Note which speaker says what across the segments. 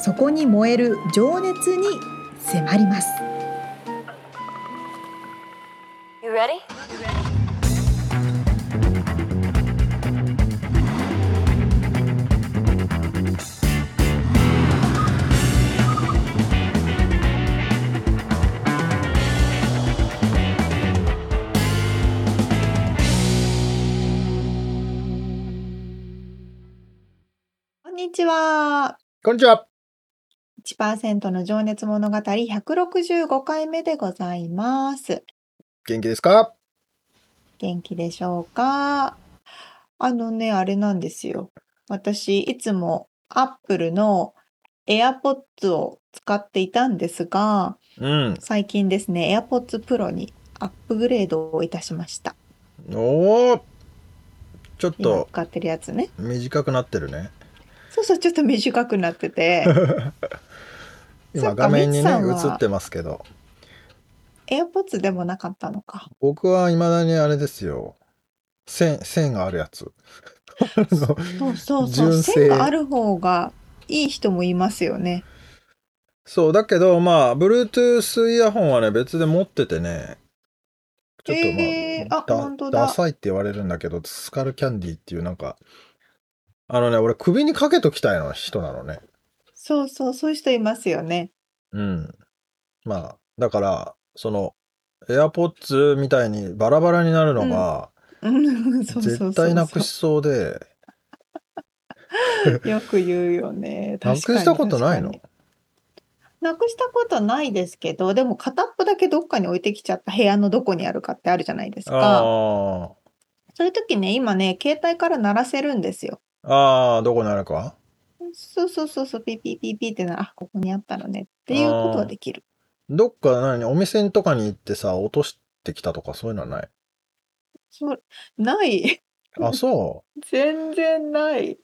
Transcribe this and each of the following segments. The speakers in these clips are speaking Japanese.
Speaker 1: そこに燃える情熱に迫ります
Speaker 2: You ready?
Speaker 1: こんにちは
Speaker 3: こんにちは。
Speaker 1: 1%の情熱物語165回目でございます
Speaker 3: 元気ですか
Speaker 1: 元気でしょうかあのねあれなんですよ私いつもアップルの AirPods を使っていたんですが
Speaker 3: うん。
Speaker 1: 最近ですね AirPods Pro にアップグレードをいたしました
Speaker 3: おお。ちょっ
Speaker 1: 今
Speaker 3: と
Speaker 1: 使ってるやつね
Speaker 3: 短くなってるね。
Speaker 1: そうそうちょっと短くなっててそ
Speaker 3: 今
Speaker 1: っか
Speaker 3: 画面にね
Speaker 1: みつさん
Speaker 3: 映
Speaker 1: は
Speaker 3: ってますけど、
Speaker 1: AirPods でもなかったのか
Speaker 3: 僕は未だにあれですよ。線線がある やつ。あの
Speaker 1: そうそうそう
Speaker 3: 純正
Speaker 1: 線がある方がいい人もいますよね
Speaker 3: そうだけどまあ Bluetooth イヤホンはね別で持っててね。ちょっとまあ、
Speaker 1: えーあ
Speaker 3: だ
Speaker 1: 本当だ
Speaker 3: ダサいって言われるんだけどスカルキャンディーっていうなんかあのね俺首にかけときたいの人なのね。
Speaker 1: そうそう、そういう人いますよね。
Speaker 3: うん。まあ、だから、その、AirPods みたいにバラバラになるのが、
Speaker 1: うん、そうそうそう
Speaker 3: 絶
Speaker 1: そう
Speaker 3: 対なくしそうで、
Speaker 1: よく言うよね。
Speaker 3: なくしたことないの
Speaker 1: 確かに確かになくしたことないですけど、でも片っぽだけどっかに置いてきちゃった部屋のどこにあるかってあるじゃないですか。
Speaker 3: あ
Speaker 1: そういう時ね、今ね、携帯から鳴らせるんですよ。
Speaker 3: あ、ああ、どこにあるか
Speaker 1: そうそうそうそう、ピーピーピーピーってな、あ、ここにあったのねっていうことはできる。
Speaker 3: どっか何、お店とかに行ってさ、落としてきたとかそういうのはない。
Speaker 1: そう、ない。
Speaker 3: あ、そ。
Speaker 1: 全然ない。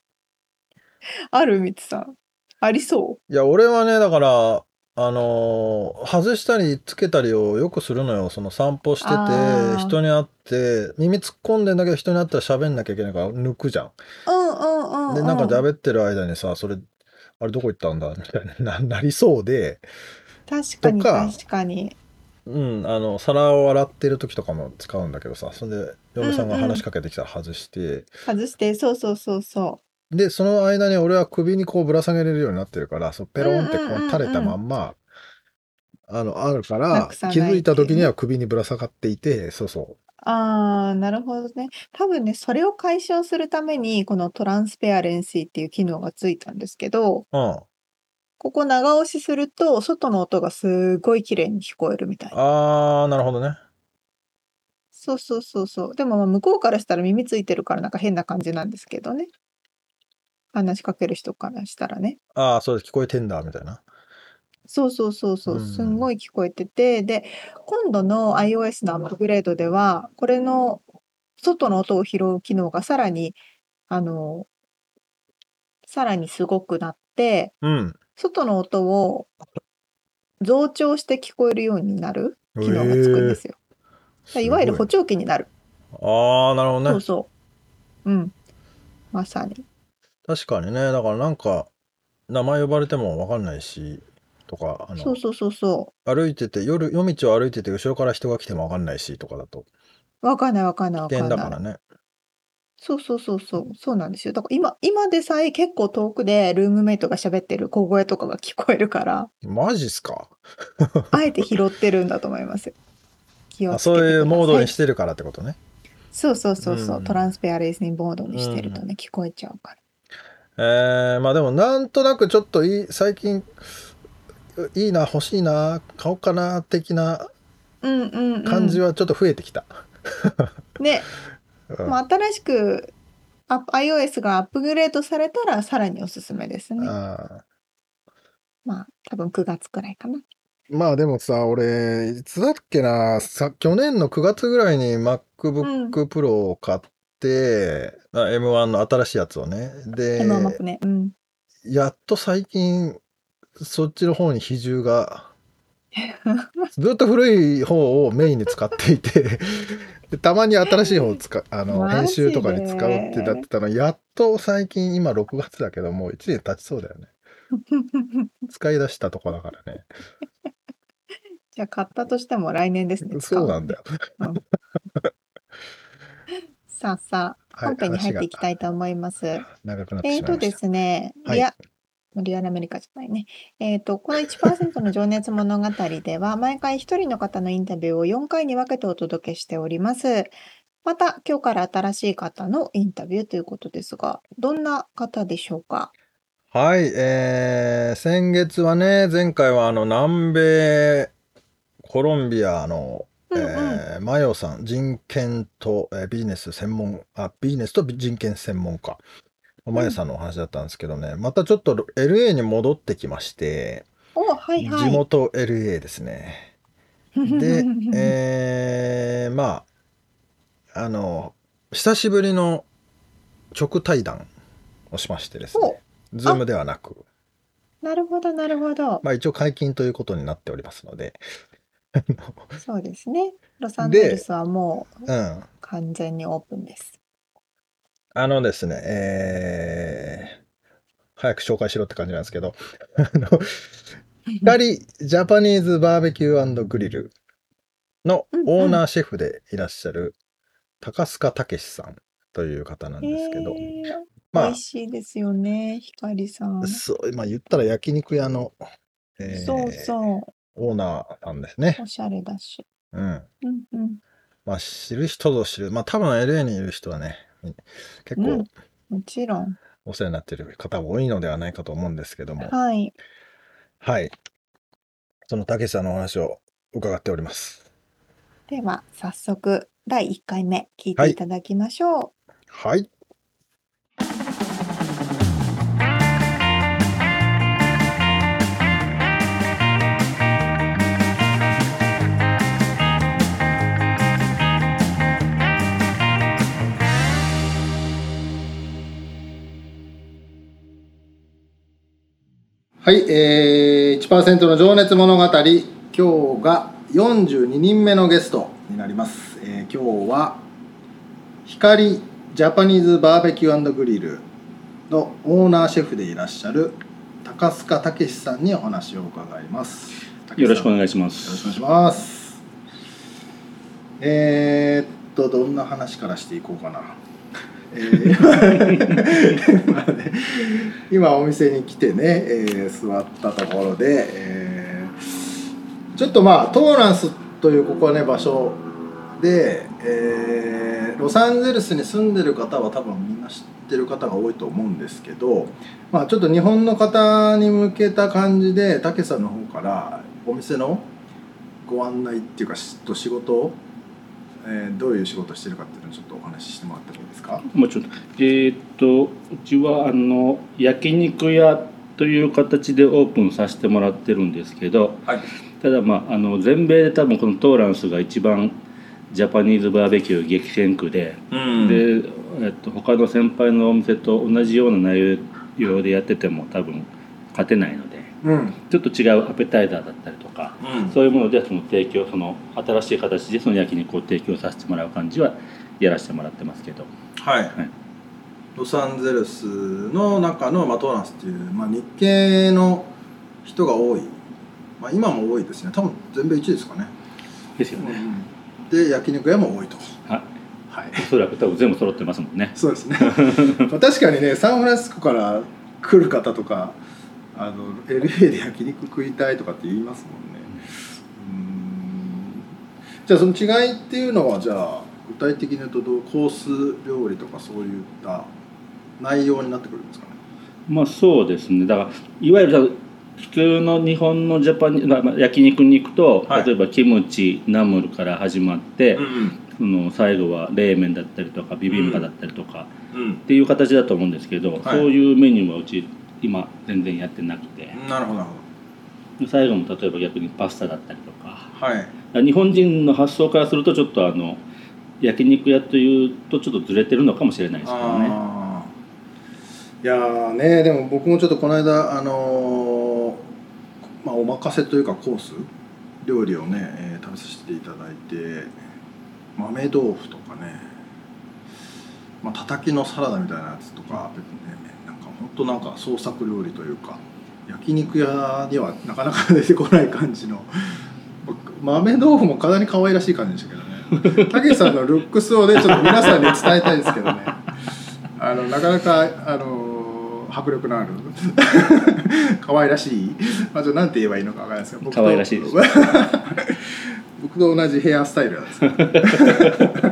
Speaker 1: ある、みつさん。ありそう
Speaker 3: いや、俺はね、だから、あのー外したりつけたりをよくするのよ。その散歩して
Speaker 1: あー
Speaker 3: て、人に会って、耳突っ込んでんだけど、人に会ったら喋んなきゃいけないから抜くじゃん。
Speaker 1: う。うんうんうん、うん。
Speaker 3: でなんか喋ってる間にさそれあれどこ行ったんだ みたいなななりそうで、
Speaker 1: 確かに
Speaker 3: とか
Speaker 1: 確かに。
Speaker 3: うん、あの皿を洗ってる時とかも使うんだけどさそれで嫁さんが
Speaker 1: うんうん
Speaker 3: 話しかけてきたら外して、
Speaker 1: 外してそうそうそうそ
Speaker 3: でその間に俺は首にこうぶら下げれるようになってるからそうペロンってこ
Speaker 1: うんうんうんうん
Speaker 3: う垂れたまんま、あのあるか
Speaker 1: な
Speaker 3: ら
Speaker 1: くさないっ
Speaker 3: 気
Speaker 1: ていうね
Speaker 3: づいた時には首にぶら下がっていてそうそう
Speaker 1: あーなるほどね多分ねそれを解消するためにこのトランスペアレンシーっていう機能がついたんですけど
Speaker 3: う、うん、
Speaker 1: ここ長押しすると外の音がすごい綺麗に聞こえるみたいな
Speaker 3: あーなるほどね
Speaker 1: そうそうそうそうでもまあ向こうからしたら耳ついてるからなんか変な感じなんですけどね話しかける人からしたらね
Speaker 3: ああそうです聞こえてんだみたいな
Speaker 1: そうそうそうそうう、
Speaker 3: ん
Speaker 1: すんごい聞こえてて、で、今度の iOS のアップグレードでは、これの外の音を拾う機能がさらに、あの、さらにすごくなって、
Speaker 3: うん
Speaker 1: 外の音を増長して聞こえるようになる機能がつくんですよ。だからいわゆる補
Speaker 3: こ
Speaker 1: 聴器になる。
Speaker 3: ああなるほどね
Speaker 1: そうそう。うん。まさに。
Speaker 3: 確かにねだからなんか名前呼ばれても分かんないしとかあの
Speaker 1: そうそうそうそ
Speaker 3: 歩いてて夜夜道を歩いてて後ろから人が来ても分かんないしとかだと
Speaker 1: う。わかんないわかんないわ
Speaker 3: 危
Speaker 1: かん
Speaker 3: 険
Speaker 1: な
Speaker 3: だ
Speaker 1: い。
Speaker 3: からね
Speaker 1: そうそうそうそう、そうなんですよ。だから今、今でさえ結構遠くでルームメイトが喋ってる小声とかが聞こえる から、
Speaker 3: マジっすか
Speaker 1: あえて拾ってるんだと思います。気を
Speaker 3: あ
Speaker 1: つけて。
Speaker 3: そういうモードにしててるからってことね
Speaker 1: そうそうそうそう、
Speaker 3: うん
Speaker 1: トランスペアレースにモードにしてると
Speaker 3: うん
Speaker 1: ね、聞こえちゃうから。
Speaker 3: えー、まあでもなんとなくちょっといい最近いいな欲しいな買おうかな的な
Speaker 1: うんうん、うん。
Speaker 3: 感じはちょっと増えてきた、
Speaker 1: ね、
Speaker 3: うん
Speaker 1: もう新しく、あ iOS がアップグレードされたらさらにおすすめですね。
Speaker 3: あー
Speaker 1: まあ、多分9月くらいかな。
Speaker 4: まあでもさ、俺、いつだっけな、さ去年の9月ぐらいに MacBook Pro を買って、あ M1 の新しいやつをね。で、
Speaker 1: 今うまくね。うん。
Speaker 4: やっと最近、そっちの方に比重 が、ずっと古い方をメインに使っていて、 でたまに新しい方を使うあの
Speaker 1: マジで
Speaker 4: 編集とかに使うってなってたの、やっと最近、今6月だけど、もう1年経ちそうだよね。使い出したとこだからね。
Speaker 1: じゃあ買ったとしても来年ですね。使
Speaker 4: そうなんだよ。
Speaker 1: さあさあ、
Speaker 4: はい
Speaker 1: 本編に入っていきたいと
Speaker 4: 話
Speaker 1: 思います。
Speaker 4: が長くなって
Speaker 1: え
Speaker 4: し
Speaker 1: ー
Speaker 4: まい
Speaker 1: と
Speaker 4: ま
Speaker 1: で
Speaker 4: した。
Speaker 1: すね、
Speaker 4: はい
Speaker 1: いや、リアルアメリカじゃないね。えっと、この1%の情熱物語では、 毎回一人の方のインタビューを4回に分けてお届けしております。また、今日から新しい方のインタビューということですが、どんな方でしょうか
Speaker 4: はい、えー先月はね、前回はあの南米コロンビアの、
Speaker 1: うんうん
Speaker 4: えーマヨさん、人権と、えービジネス専門、あ、ビジネスと人権専門家、マヨさんのお話だったんですけどね、またちょっと LA に戻ってきまして、
Speaker 1: お、はいはい。
Speaker 4: 地元 LA ですね。 で、えーまあ、あの、久しぶりの直対談をしましてですね、ズームではなく、
Speaker 1: なるほど、なるほど。
Speaker 4: まあ一応解禁ということになっておりますので、
Speaker 1: そうですね。ロサンゼルスはもう
Speaker 4: うん。
Speaker 1: 完全にオープンです。
Speaker 4: あのですね、えー早く紹介しろって感じなんですけど、 あの、光ジャパニーズバーベキューグリルのオーナーシェフでいらっしゃる高須賀武さんという方なんですけど、
Speaker 1: えー
Speaker 4: ま
Speaker 1: 美
Speaker 4: あ
Speaker 1: 味、しいですよね、ひかりさん。
Speaker 4: そう、まあ言ったら焼肉屋の、えー
Speaker 1: そうそ
Speaker 4: オーナーなんですね
Speaker 1: う、お。しゃれだし。
Speaker 4: うん。
Speaker 1: うんうん、
Speaker 4: まあ知る人ぞ知る。まあ多分 LA にいる人はね、結
Speaker 1: う
Speaker 4: 構
Speaker 1: んもちろん。
Speaker 4: お世話になっている方も多いのではないかと思うんですけども、
Speaker 1: はい。
Speaker 4: はい。そのたけしさんのお話を伺っております。
Speaker 1: では、早速、第1回目、聞い
Speaker 4: は
Speaker 1: て
Speaker 4: い
Speaker 1: いただきましょう。
Speaker 4: はい。
Speaker 3: はい、えー、1%の情熱物語今日が42人目のゲストになります、えー今日は光ジャパニーズバーベキューグリルのオーナーシェフでいらっしゃる高須賀武史さんにお話を伺います
Speaker 5: よろしくお願いしま
Speaker 3: よろしくお
Speaker 5: す。
Speaker 3: 願いしますえー、っとどんな話からしていこうかな、えーまあね今お店に来てね、えー座ったところで、えーちょっとまあトーランスというここはね場所で、えーロサンゼルスに住んでる方は多分みんな知ってる方が多いと思うんですけど、まあ、ちょっと日本の方に向けた感じでたけさんの方からお店のご案内っていうかしと仕事を、えーどういう仕事をしてるかっていうのをちょっとお話ししてもらってもいいですか
Speaker 5: もうちょっと、えーっと、うちはあの焼肉屋という形でオープンさせてもらってるんですけど。
Speaker 3: はい
Speaker 5: ただ、まあ、あの全米で多分このトーランスが一番。ジャパニーズバーベキュー激戦区で、
Speaker 3: うん
Speaker 5: で、えっと、他の先輩のお店と同じような内容でやってても、多分。勝てないので、
Speaker 3: うん
Speaker 5: ちょっと違うアペタイザーだったりとか。
Speaker 3: うん
Speaker 5: そういうものでその提供その新しい形でその焼肉を提供させてもらう感じはやらせてもらってますけど
Speaker 3: はい、
Speaker 5: い
Speaker 3: ロサンゼルスの中の、まあ、トーランスっていう、まあ、日系の人が多い、まあ、今も多いですね多分全米1位ですかね、
Speaker 5: ですよね、
Speaker 3: で焼肉屋も多いと
Speaker 5: は
Speaker 3: はい
Speaker 5: おそらく多分全部揃ってますもんね
Speaker 3: そうですね まあ確かにねサンフランシスコから来る方とかあの LA で焼肉食いたいとかって言いますもんねうーんじゃあその違いっていうのはじゃあ具体的に言うとどうコース料理とかそういった内容になってくるんですかね
Speaker 5: まあそうですねだからいわゆる普通の日本のジャパンまあまあ焼肉に行くと、
Speaker 3: はい
Speaker 5: 例えばキムチナムルから始まって、
Speaker 3: ん
Speaker 5: その最後は冷麺だったりとかビビンバだったりとか、
Speaker 3: うん
Speaker 5: っていう形だと思うんですけど、そういうメニューはうち今全然やってなくて、
Speaker 3: なるほどなるほ
Speaker 5: 最後も例えば逆にパスタだったりとか
Speaker 3: はい
Speaker 5: 日本人の発想からするとちょっとあの焼肉屋というとちょっとずれてるのかもしれないですけどね
Speaker 3: あーいやーねでも僕もちょっとこの間あのーまあお任せというかコース料理をね、えー食べさせていただいて豆豆腐とかねまあたたきのサラダみたいなやつとか、ね、なんか本当なんか創作料理というか焼肉屋にはなかなか出てこない感じの豆豆腐もかなり可愛らしい感じでしたけどね たけしさんのルックスをねちょっと皆さんに伝えたいですけどねあのなかなかあの迫力のある 可愛らしい、まあ、ちょっとなんて言えばいいのかわからないですが僕と
Speaker 5: 可愛らしいです
Speaker 3: 僕と同じヘアスタイルなんです けど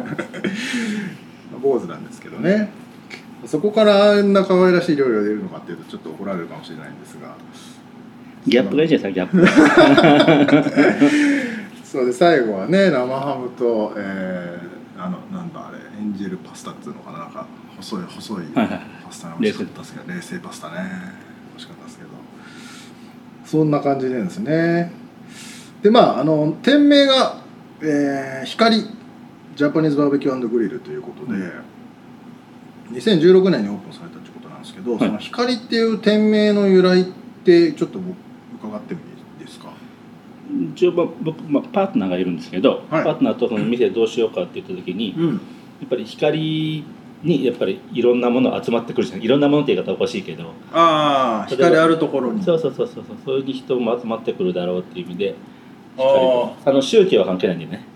Speaker 3: 坊主なんですけどねそこからあんな可愛らしい料理が出るのかっていうとちょっと怒られるかもしれないんですが
Speaker 5: ギャップがいいじゃないですかギャッ
Speaker 3: そうで最後はね生ハムと、えーあのなんだあれエンジェルパスタっていうのかななんか細い細い
Speaker 5: プは
Speaker 3: パ
Speaker 5: いはい
Speaker 3: スタが美味しかったですけど冷製パスタね美味しかったですけどそんな感じなんですねでまああの店名が、えー光ジャパニーズバーベキューグリルということで、2016年にオープンされたってことなんですけど、
Speaker 5: はい
Speaker 3: その光っていう店名の由来ってちょっと僕伺ってもいいですか
Speaker 5: 一応まあ僕、まあ、パートナーがいるんですけど、
Speaker 3: はい
Speaker 5: パートナーとその店どうしようかって言った時に
Speaker 3: うん
Speaker 5: やっぱり光にやっぱりいろんなもの集まってくるじゃないいろんなものって言い方おかしいけど、
Speaker 3: ああ光あるところに
Speaker 5: そうそうそうそうそうそれに人も集まってくるだろうっていう意味で
Speaker 3: あ
Speaker 5: 光とあの宗教は関係ないんでね
Speaker 3: え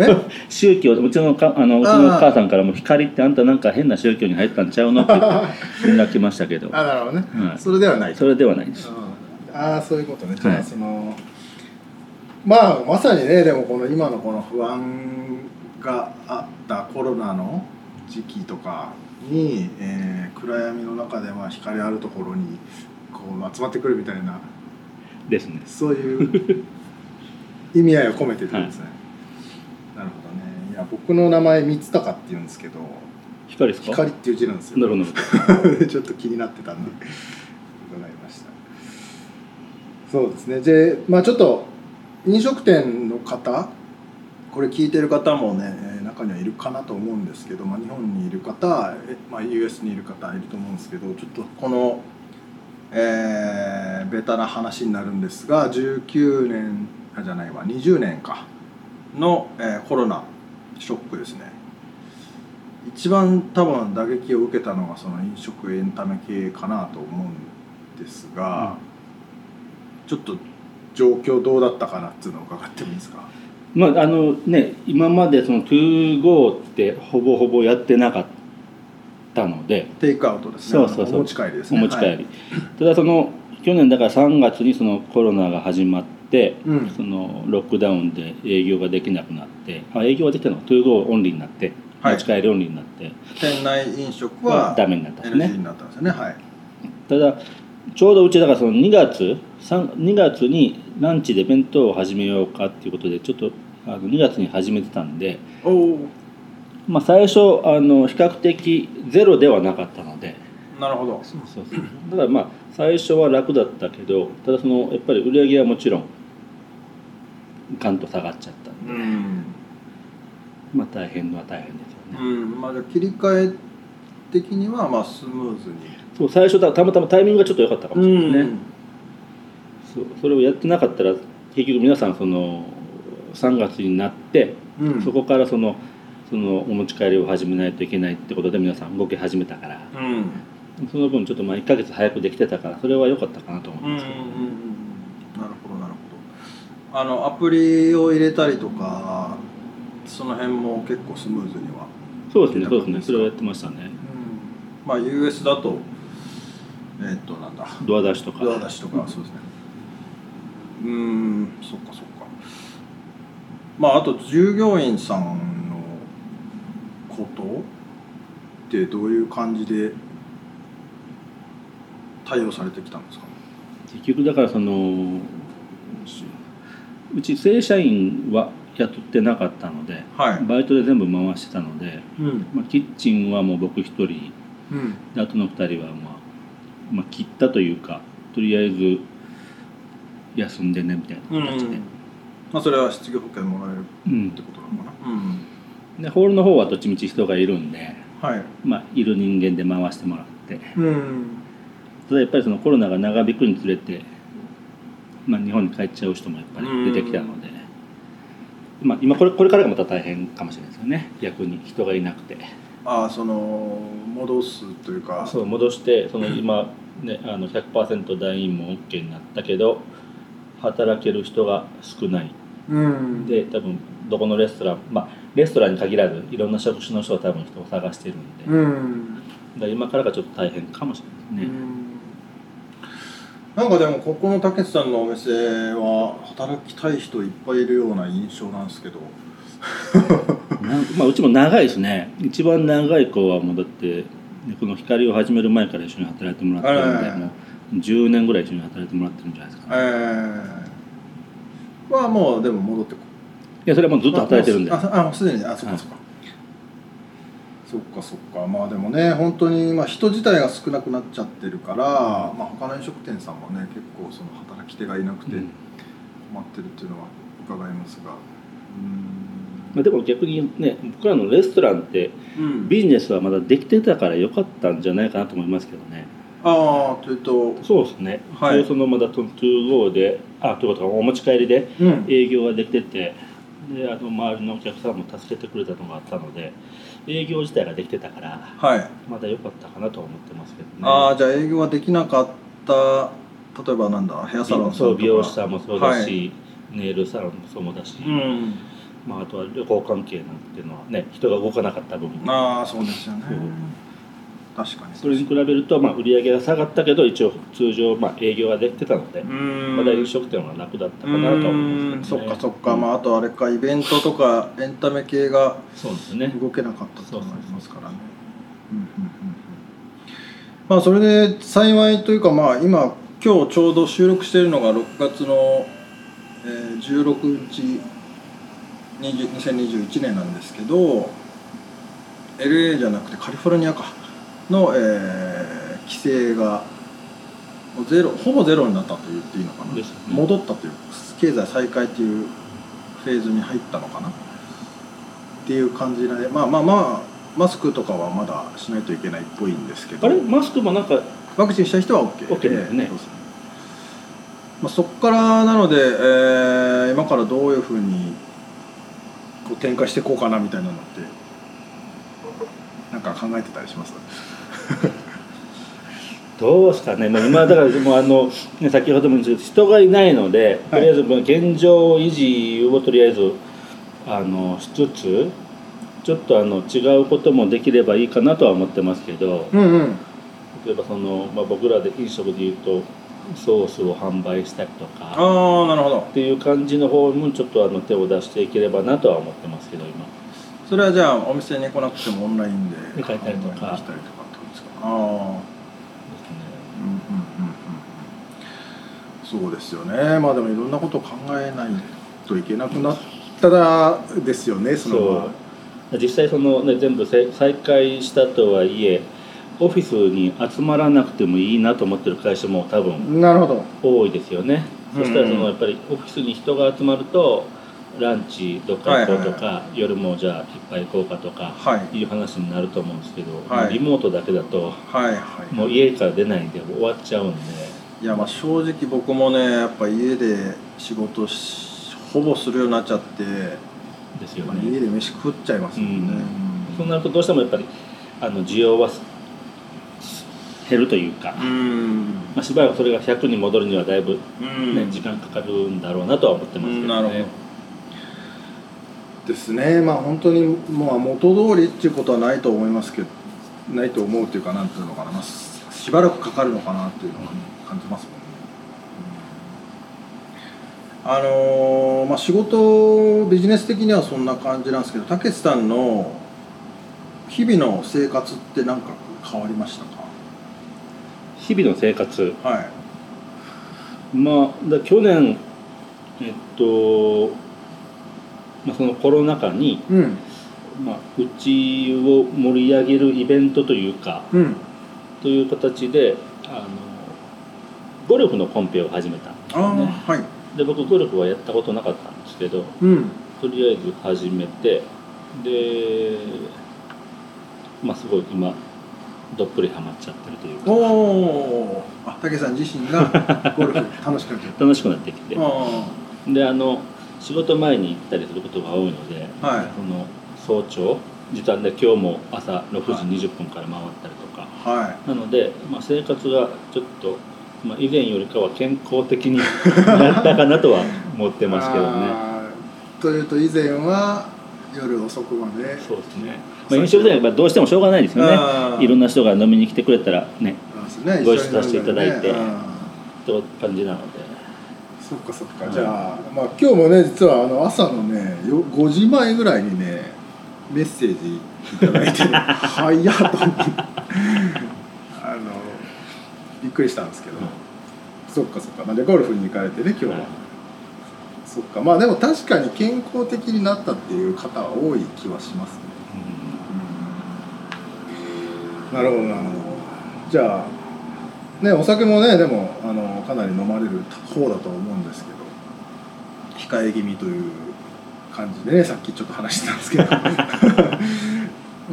Speaker 5: 宗教うちのかあのうちの母さんからも「光ってあんたなんか変な宗教に入ったんちゃうの?」って
Speaker 3: あ
Speaker 5: 連絡来ましたけど、は
Speaker 3: なるほどね
Speaker 5: い、
Speaker 3: それではない
Speaker 5: それではないです
Speaker 3: ああそういうことねじゃあ、
Speaker 5: はい
Speaker 3: そのまあまさにねでもこの今のこの不安があったコロナの時期とかに、えー暗闇の中でまあ光あるところにこう集まってくるみたいな
Speaker 5: ですね
Speaker 3: そういう意味合いを込めてるんですね、なるほどねいや僕の名前三つ高って言うんですけど
Speaker 5: 光ですか
Speaker 3: 光っていう字なんですよ
Speaker 5: なるほ ど
Speaker 3: ちょっと気になってたんで伺いましたそうですねでまあちょっと飲食店の方これ聞いてる方もねえー中にはいるかなと思うんですけど、まあ、日本にいる方、えまあ、US にいる方いると思うんですけどちょっとこの、えーベタな話になるんですが19年あじゃないわ20年かの、えーコロナショックですね一番多分打撃を受けたのがその飲食エンタメ系かなと思うんですが、ちょっと状況どうだったかなっていうのを伺ってもいいですか
Speaker 5: まああのね今までその 2GO ってほぼほぼやってなかったので
Speaker 3: テイクアウトですね
Speaker 5: そうそうそう
Speaker 3: お持ち帰りです
Speaker 5: お
Speaker 3: ね
Speaker 5: 持ち帰り、
Speaker 3: はい
Speaker 5: ただその去年だから3月にそのコロナが始まって
Speaker 3: うん
Speaker 5: そのロックダウンで営業ができなくなってあ営業はできたの 2GO オンリーになって
Speaker 3: はい
Speaker 5: 持ち帰りオンリーになって、
Speaker 3: 店内飲食は
Speaker 5: ダメになったんですね
Speaker 3: NG になったんですよねはい
Speaker 5: ただちょうどうちだからその2月3 2月にランチで弁当を始めようかっていうことでちょっとあの2月に始めてたんで、
Speaker 3: おお
Speaker 5: まあ、最初あの比較的ゼロではなかったので
Speaker 3: なるほど
Speaker 5: そうそうそうただまあ最初は楽だったけどただそのやっぱり売り上げはもちろんガンと下がっちゃったんで、
Speaker 3: うん、
Speaker 5: まあ、大変のは大変ですよね、
Speaker 3: うん、まあじゃあ切り替え的にはまあスムーズに
Speaker 5: そう最初だたまたまタイミングがちょっと良かったかもしれないですね、そうそれをやってなかったら結局皆さんその3月になって
Speaker 3: うん
Speaker 5: そこからそのそのお持ち帰りを始めないといけないってことで皆さん動き始めたから
Speaker 3: うん
Speaker 5: その分ちょっとまあ1ヶ月早くできてたからそれは良かったかなと思
Speaker 3: う
Speaker 5: い
Speaker 3: んうんう
Speaker 5: ま
Speaker 3: んう
Speaker 5: すけど、
Speaker 3: んなるほどなるほどあのアプリを入れたりとかその辺も結構スムーズには、
Speaker 5: そうですねそうですねそれをやってましたね
Speaker 3: まあ US だとえっとなんだ
Speaker 5: ドア出しとか
Speaker 3: ドア出しとかそうですねうーんそっかそっかまああと従業員さんのことってどういう感じで対応されてきたんですか
Speaker 5: 結局だからそのしうち正社員は雇ってなかったので
Speaker 3: はい
Speaker 5: バイトで全部回してたので、
Speaker 3: うん
Speaker 5: まあ、キッチンはもう僕一人
Speaker 3: うん
Speaker 5: であとの2人は、まあ、まあ切ったというかとりあえず休んでねみたいな形で,、
Speaker 3: まあそれは失業保険もらえるっ
Speaker 5: うん
Speaker 3: てことなのかなうん
Speaker 5: でホールの方はどっちみち人がいるんで、
Speaker 3: はい
Speaker 5: まあ、いる人間で回してもらって
Speaker 3: うん
Speaker 5: ただやっぱりそのコロナが長引くにつれて、まあ、日本に帰っちゃう人もやっぱり出てきたので、まあ、今これこれからがまた大変かもしれないですよね逆に人がいなくて
Speaker 3: ああその戻すというか
Speaker 5: そう戻してその今、ね、あの100%団員も OK になったけど働ける人が少ない
Speaker 3: うん
Speaker 5: で多分どこのレストランまあレストランに限らずいろんな職種の人が多分人を探してるんで、だ
Speaker 3: うん
Speaker 5: から今からがちょっと大変かもしれないですね、
Speaker 3: なんかでもここのたけしさんのお店は働きたい人いっぱいいるような印象なんですけど
Speaker 5: なんまあ、うちも長いですね一番長い子はもうだってこの光を始める前から一緒に働いてもらってるんで、
Speaker 3: はい
Speaker 5: もう10年ぐらい一緒に働いてもらってるんじゃないです
Speaker 3: え
Speaker 5: か、ね
Speaker 3: ー、まあもうでも戻ってこ
Speaker 5: いやそれはもうずっと働いてるんで
Speaker 3: あああもうすでにあそっか
Speaker 5: はい
Speaker 3: そっか、そっかそっかまあでもね本当にまあ人自体が少なくなっちゃってるから、まあ他の飲食店さんもね結構その働き手がいなくて
Speaker 5: うん
Speaker 3: 困ってるっていうのは伺いますがうん
Speaker 5: まあ、でも逆にね僕らのレストランって
Speaker 3: うん
Speaker 5: ビジネスはまだできてたから良かったんじゃないかなと思いますけどね
Speaker 3: ああというと
Speaker 5: そうですね、
Speaker 3: はい
Speaker 5: 一応そのまだトゥーゴーであということかお持ち帰りで
Speaker 3: うん
Speaker 5: 営業ができててであの周りのお客さんも助けてくれたのがあったので営業自体ができてたから
Speaker 3: はい、
Speaker 5: まだ良かったかなとは思ってますけどね
Speaker 3: ああじゃあ営業ができなかった例えばなんだヘアサロンさんと
Speaker 5: そう
Speaker 3: か
Speaker 5: 美容師さんもそうだ
Speaker 3: は
Speaker 5: し、ネイルサロンもそうだし、
Speaker 3: うん
Speaker 5: まあ、あとは旅行関係なんていうのはね人が動かなかった分
Speaker 3: ああそうですよね確かに
Speaker 5: それに比べると、まあ、売り上げが下がったけど一応通常、まあ、営業ができてたので、
Speaker 3: うん
Speaker 5: まだ飲食店は楽だったかなとは思いますけ
Speaker 3: そ
Speaker 5: ど
Speaker 3: っ
Speaker 5: ね
Speaker 3: かそっか、まああとあれかイベントとかエンタメ系が
Speaker 5: そうですね
Speaker 3: 動けなかったっていうのがありますからねうんうんうんうんまあそれで幸いというかまあ今今日ちょうど収録しているのが6月の、えー16日20 2021年なんですけど LA じゃなくてカリフォルニアかの、えー規制がもうゼロほぼゼロになったと言っていいのかな、
Speaker 5: ですよね
Speaker 3: 戻ったという経済再開というフェーズに入ったのかなっていう感じでまあまあまあマスクとかはまだしないといけないっぽいんですけど
Speaker 5: あれマスクもなんか
Speaker 3: ワクチンした人は OK,
Speaker 5: OK
Speaker 3: で
Speaker 5: ですね
Speaker 3: そうですねまあ、そこからなので、えー今からどういうふうにこう展開していこうかなみたいなのってなんか考えてたりします
Speaker 5: どうですかね、まあ、今だからもうあの、ね、先ほども言ったように人がいないので、とりあえずまあ現状維持をとりあえずあのしつつちょっとあの違うこともできればいいかなとは思ってますけど
Speaker 3: うんうん
Speaker 5: 例えばその、まあ、僕らで飲食でいうとソースを販売したりと
Speaker 3: あ
Speaker 5: か
Speaker 3: あなるほど
Speaker 5: っていう感じの方にもちょっとあの手を出していければなとは思ってますけど今
Speaker 3: それはじゃあお店に来なくてもオンラインで
Speaker 5: で買えたりと
Speaker 3: 販売
Speaker 5: か
Speaker 3: できたりとかってことですかああ
Speaker 5: ですね
Speaker 3: うんうんうんうんうんそうですよねまあでもいろんなことを考えないといけなくなったらですよねその
Speaker 5: そう実際その、ね、全部せ再開したとはいえオフィスに集まらなくてもいいなと思ってる会社も多分
Speaker 3: なるほど
Speaker 5: 多いですよね、
Speaker 3: うんうん
Speaker 5: そしたらそのやっぱりオフィスに人が集まるとランチどっか行こうとか、夜もじゃあいっぱい行こうかとか
Speaker 3: はい
Speaker 5: いう話になると思うんですけど、
Speaker 3: はい
Speaker 5: リモートだけだと
Speaker 3: はいはい
Speaker 5: もう家から出ないんで終わっちゃうんで
Speaker 3: いやまあ正直僕もねやっぱ家で仕事しほぼするようになっちゃって、
Speaker 5: ですよ
Speaker 3: まあ
Speaker 5: ね。
Speaker 3: 家で飯食っちゃいますもんね、
Speaker 5: そうなるとどうしてもやっぱりあの需要はすす減るというか、
Speaker 3: うん
Speaker 5: まあ、しばらくそれが100に戻るにはだいぶ
Speaker 3: うん
Speaker 5: ね、時間かかるんだろうなとは思ってますけどね。
Speaker 3: なるほどですねまあ本当にまあ元通りっていうことはないと思いますけどないと思うっていうかなんていうのかな、まあ、ししばらくかかるのかなっていうのは感じますもんね、うんあのーまあ仕事ビジネス的にはそんな感じなんですけどたけしさんの日々の生活って何か変わりましたか
Speaker 5: 日々の生活、
Speaker 3: はい
Speaker 5: まあ、だ去年、えっと、まあ、そのコロナ禍に、
Speaker 3: うん
Speaker 5: まあ、うちを盛り上げるイベントというか、
Speaker 3: うん
Speaker 5: という形で、あの、ゴルフのコンペを始めたんでです
Speaker 3: ああ、
Speaker 5: よね
Speaker 3: はい
Speaker 5: で僕ゴルフはやったことなかったんですけど
Speaker 3: うん
Speaker 5: とりあえず始めてでまあすごい今どっぷりハマっちゃってるという
Speaker 3: お
Speaker 5: か
Speaker 3: おあ武さん自身がゴルフ楽しくなってる
Speaker 5: 楽しくなってきて
Speaker 3: あ
Speaker 5: であの仕事前に行ったりすることが多いので
Speaker 3: あはい
Speaker 5: この早朝時短で今日も朝6時20分から回ったりとか、
Speaker 3: は
Speaker 5: なので、まあ、生活がちょっと、まあ、以前よりかは健康 的になったかなとは思っ
Speaker 3: い
Speaker 5: てますけどね
Speaker 3: あーというと以前は夜遅くまで
Speaker 5: そうですね、まあ、飲食店はやっぱどうしてもしょうがないですよね
Speaker 3: あー
Speaker 5: いろんな人が飲みに来てくれたらね
Speaker 3: そうですね
Speaker 5: ご一緒させていただいて
Speaker 3: 一緒に飲んだりねあ
Speaker 5: という感じなので
Speaker 3: ーそっかそっか、
Speaker 5: はい
Speaker 3: じゃあ,、まあ今日もね実はあの朝のねよ5時前ぐらいにねメッセージいただい て早っと思ってあのびっくりしたんですけど、
Speaker 5: うん
Speaker 3: そっかそっかなんでゴルフに行かれてね今日は、
Speaker 5: はい
Speaker 3: そっかまあでも確かに健康的になったっていう方は多い気はしますねなるほどなるほどじゃあねお酒もねでもあのかなり飲まれる方だとは思うんですけど控え気味という感じでねさっきちょっと話してたんですけど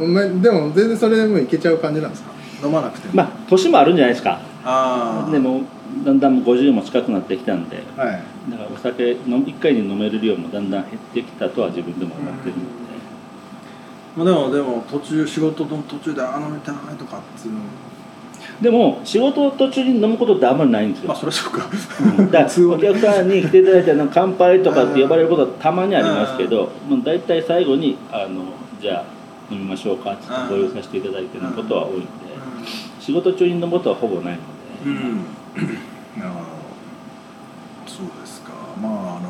Speaker 3: め でも全然それでもいけちゃう感じなんですか飲まなくても、
Speaker 5: まあ年もあるんじゃないですか
Speaker 3: あー
Speaker 5: でもだんだんもう50も近くなってきたんで
Speaker 3: はい
Speaker 5: だからお酒の1回に飲める量もだんだん減ってきたとは自分でも思ってるの
Speaker 3: ま
Speaker 5: で、
Speaker 3: あでもでも途中仕事の途中であ飲みたいとかっていうの
Speaker 5: でも仕事途中に飲むことってあんまりないんですよ、
Speaker 3: まあそれはそうか
Speaker 5: うんだからお客さんに来ていただいてあの乾杯とかって呼ばれることはたまにありますけど、まあ、大体最後にあのじゃあ飲みましょうかって
Speaker 3: うん
Speaker 5: ご用意させていただいて飲むことは多いんで仕事中に飲むことはほぼないの
Speaker 3: う
Speaker 5: で、
Speaker 3: ん、なるほどそうですかまああの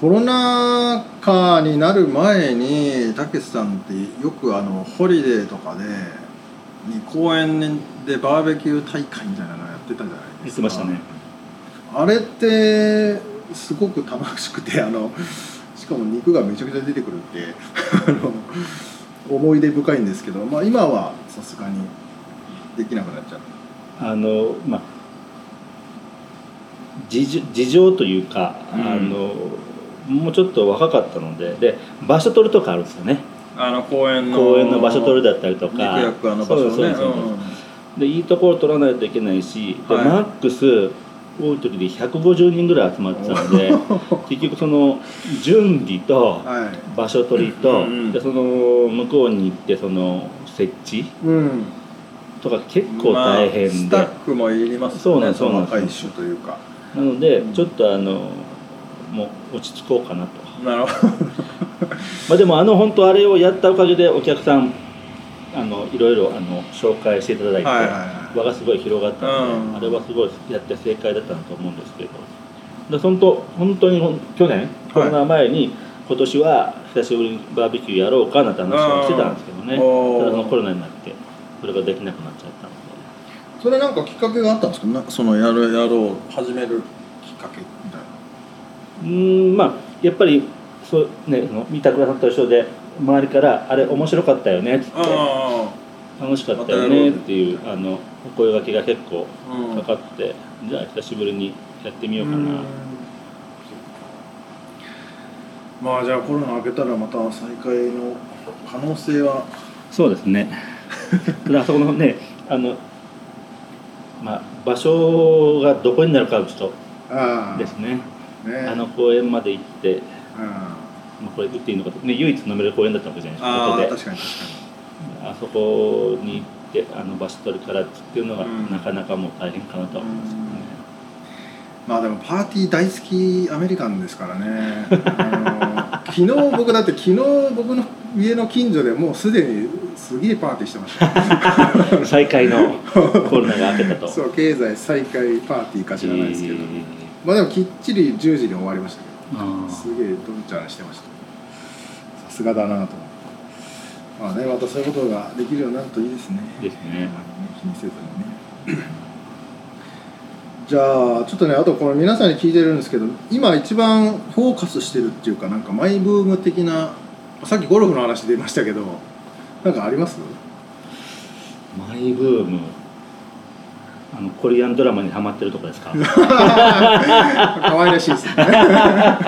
Speaker 3: コロナ禍になる前にたけしさんってよくあのホリデーとかでに公園でバーベキュー大会みたいなのやってたじゃないですか
Speaker 5: 言ってましたね
Speaker 3: あれってすごく楽しくてあのしかも肉がめちゃくちゃ出てくるってあの思い出深いんですけど、まあ、今はさすがにできなくなっちゃう
Speaker 5: あのまあ事情事情というか、
Speaker 3: うん
Speaker 5: あのもうちょっと若かったのでで場所取るとかあるんですよね
Speaker 3: あの公園の
Speaker 5: 公園の場所取るだったりと
Speaker 3: 肉
Speaker 5: か
Speaker 3: 薬あの場所
Speaker 5: そう
Speaker 3: ね
Speaker 5: ですそうですそうですでいいところ取らないといけないし、で
Speaker 3: はい
Speaker 5: マックス多い時で150人ぐらい集まってたので 結局その準備と
Speaker 3: うんはい
Speaker 5: 場所取りと、
Speaker 3: うんうん
Speaker 5: でその向こうに行ってその設置
Speaker 3: うん
Speaker 5: とか結構大変で、
Speaker 3: まあスタッフもいります
Speaker 5: そうなんですそうなんです
Speaker 3: 若い種というか
Speaker 5: なので
Speaker 3: うん
Speaker 5: ちょっとあのもう落ち着こうかなと、
Speaker 3: なるほど
Speaker 5: まあ、でもあの本当あれをやったおかげでお客さんあのいろいろあの紹介していただいて、
Speaker 3: はいはいはい
Speaker 5: 輪がすごい広がったので、
Speaker 3: うん
Speaker 5: あれはすごいやって正解だったなと思うんですけどで本当本当にほん去年コロナ前に、今年は久しぶりにバーベキューやろうかなんて話をしてたんですけどね、
Speaker 3: うん
Speaker 5: ただそのコロナになってそれができなくなっちゃったので。
Speaker 3: それなんかきっかけがあったんですかなんかそのやるやろう始めるきっかけみたいな
Speaker 5: うーんまあやっぱりそうねあの三田倉さんと一緒で周りから「あれ面白かったよね」っつって
Speaker 3: あ
Speaker 5: 「楽しかったよね」っていうあのお声がけが結構
Speaker 3: あうん
Speaker 5: かかって、じゃあ久しぶりにやってみようかな、
Speaker 3: んまあじゃあコロナ明けたらまた再開の可能性は
Speaker 5: そうですねただあそこのねあのまあ場所がどこになるかはちょっ
Speaker 3: あ
Speaker 5: と
Speaker 3: あ
Speaker 5: ですね
Speaker 3: ね
Speaker 5: あの公園まで行って、
Speaker 3: うん
Speaker 5: まあ、これ言っていいのかと、ね、唯一飲める公園だったわけじゃないですか
Speaker 3: あ
Speaker 5: こ
Speaker 3: あ
Speaker 5: こで
Speaker 3: 確かに確か
Speaker 5: あそこに行ってあの場所取りからっていうのが、
Speaker 3: うん
Speaker 5: なかなかもう大変かなとは思いますけどね、
Speaker 3: にまあでもパーティー大好きアメリカンですからねあ の昨日僕だって昨日僕の家の近所でもうすでにすげえパーティーしてましたよ
Speaker 5: 再開のコロナが明けたと
Speaker 3: そう経済再開パーティーか知らないですけど、
Speaker 5: えー
Speaker 3: まあでもきっちり10時に終わりましたけど
Speaker 5: あー
Speaker 3: すげえドンちゃんしてましたさすがだなと思ってまあねまたそういうことができるようになるといいですね
Speaker 5: ですね
Speaker 3: 気にせずにねじゃあちょっとねあとこの皆さんに聞いてるんですけど今一番フォーカスしてるっていうかなんかマイブーム的なさっきゴルフの話出ましたけどなんかあります
Speaker 5: マイブームあのコリアンドラマにハマってるとこで すか
Speaker 3: 可愛らしいですね。 あ、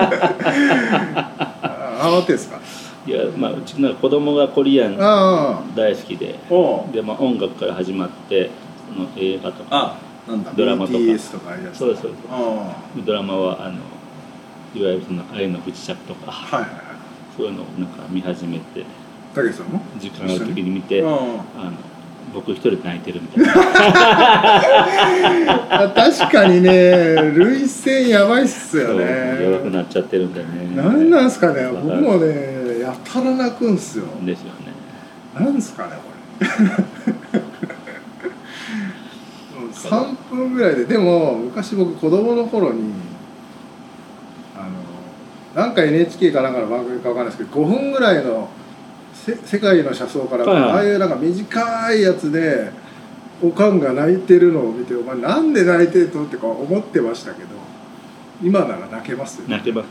Speaker 3: 慌てですか。
Speaker 5: いや、まあ、うちの子供がコリアン
Speaker 3: あ
Speaker 5: 大好きで
Speaker 3: あ、おう
Speaker 5: で、まあ、音楽から始まってその映画とか
Speaker 3: あ、なんだ。
Speaker 5: ドラマとか
Speaker 3: BTS とかあれじゃないです
Speaker 5: そうですそうで
Speaker 3: か。あ
Speaker 5: すドラマはあのいわゆるその愛の不時着と
Speaker 3: あ、
Speaker 5: か
Speaker 3: はいはいはい。
Speaker 5: そういうのをなんか見始めて
Speaker 3: たけしさんも。
Speaker 5: 時間ある時に見て、
Speaker 3: うん
Speaker 5: あの僕一人で泣いてるみたいな
Speaker 3: あ確かにね、涙腺やばいっすよ
Speaker 5: そうやばく
Speaker 3: ね。
Speaker 5: なっちゃってるんだよね
Speaker 3: なんなんすかね、
Speaker 5: わ
Speaker 3: 僕
Speaker 5: かる
Speaker 3: もね、やたら泣くんすよ。
Speaker 5: ですよね
Speaker 3: なんすかね、これ。三分ぐらいで、でも、昔僕子供の頃に。あの、なんか N. H. K. かなんかの番組かわかんないですけど、五分ぐらいの。せ世界の車窓から、
Speaker 5: はいはい
Speaker 3: ああいうなんか短いやつでおかんが泣いてるのを見て「お前なんで泣いてるの?」ってか思ってましたけど今なら泣けますよね
Speaker 5: 泣けば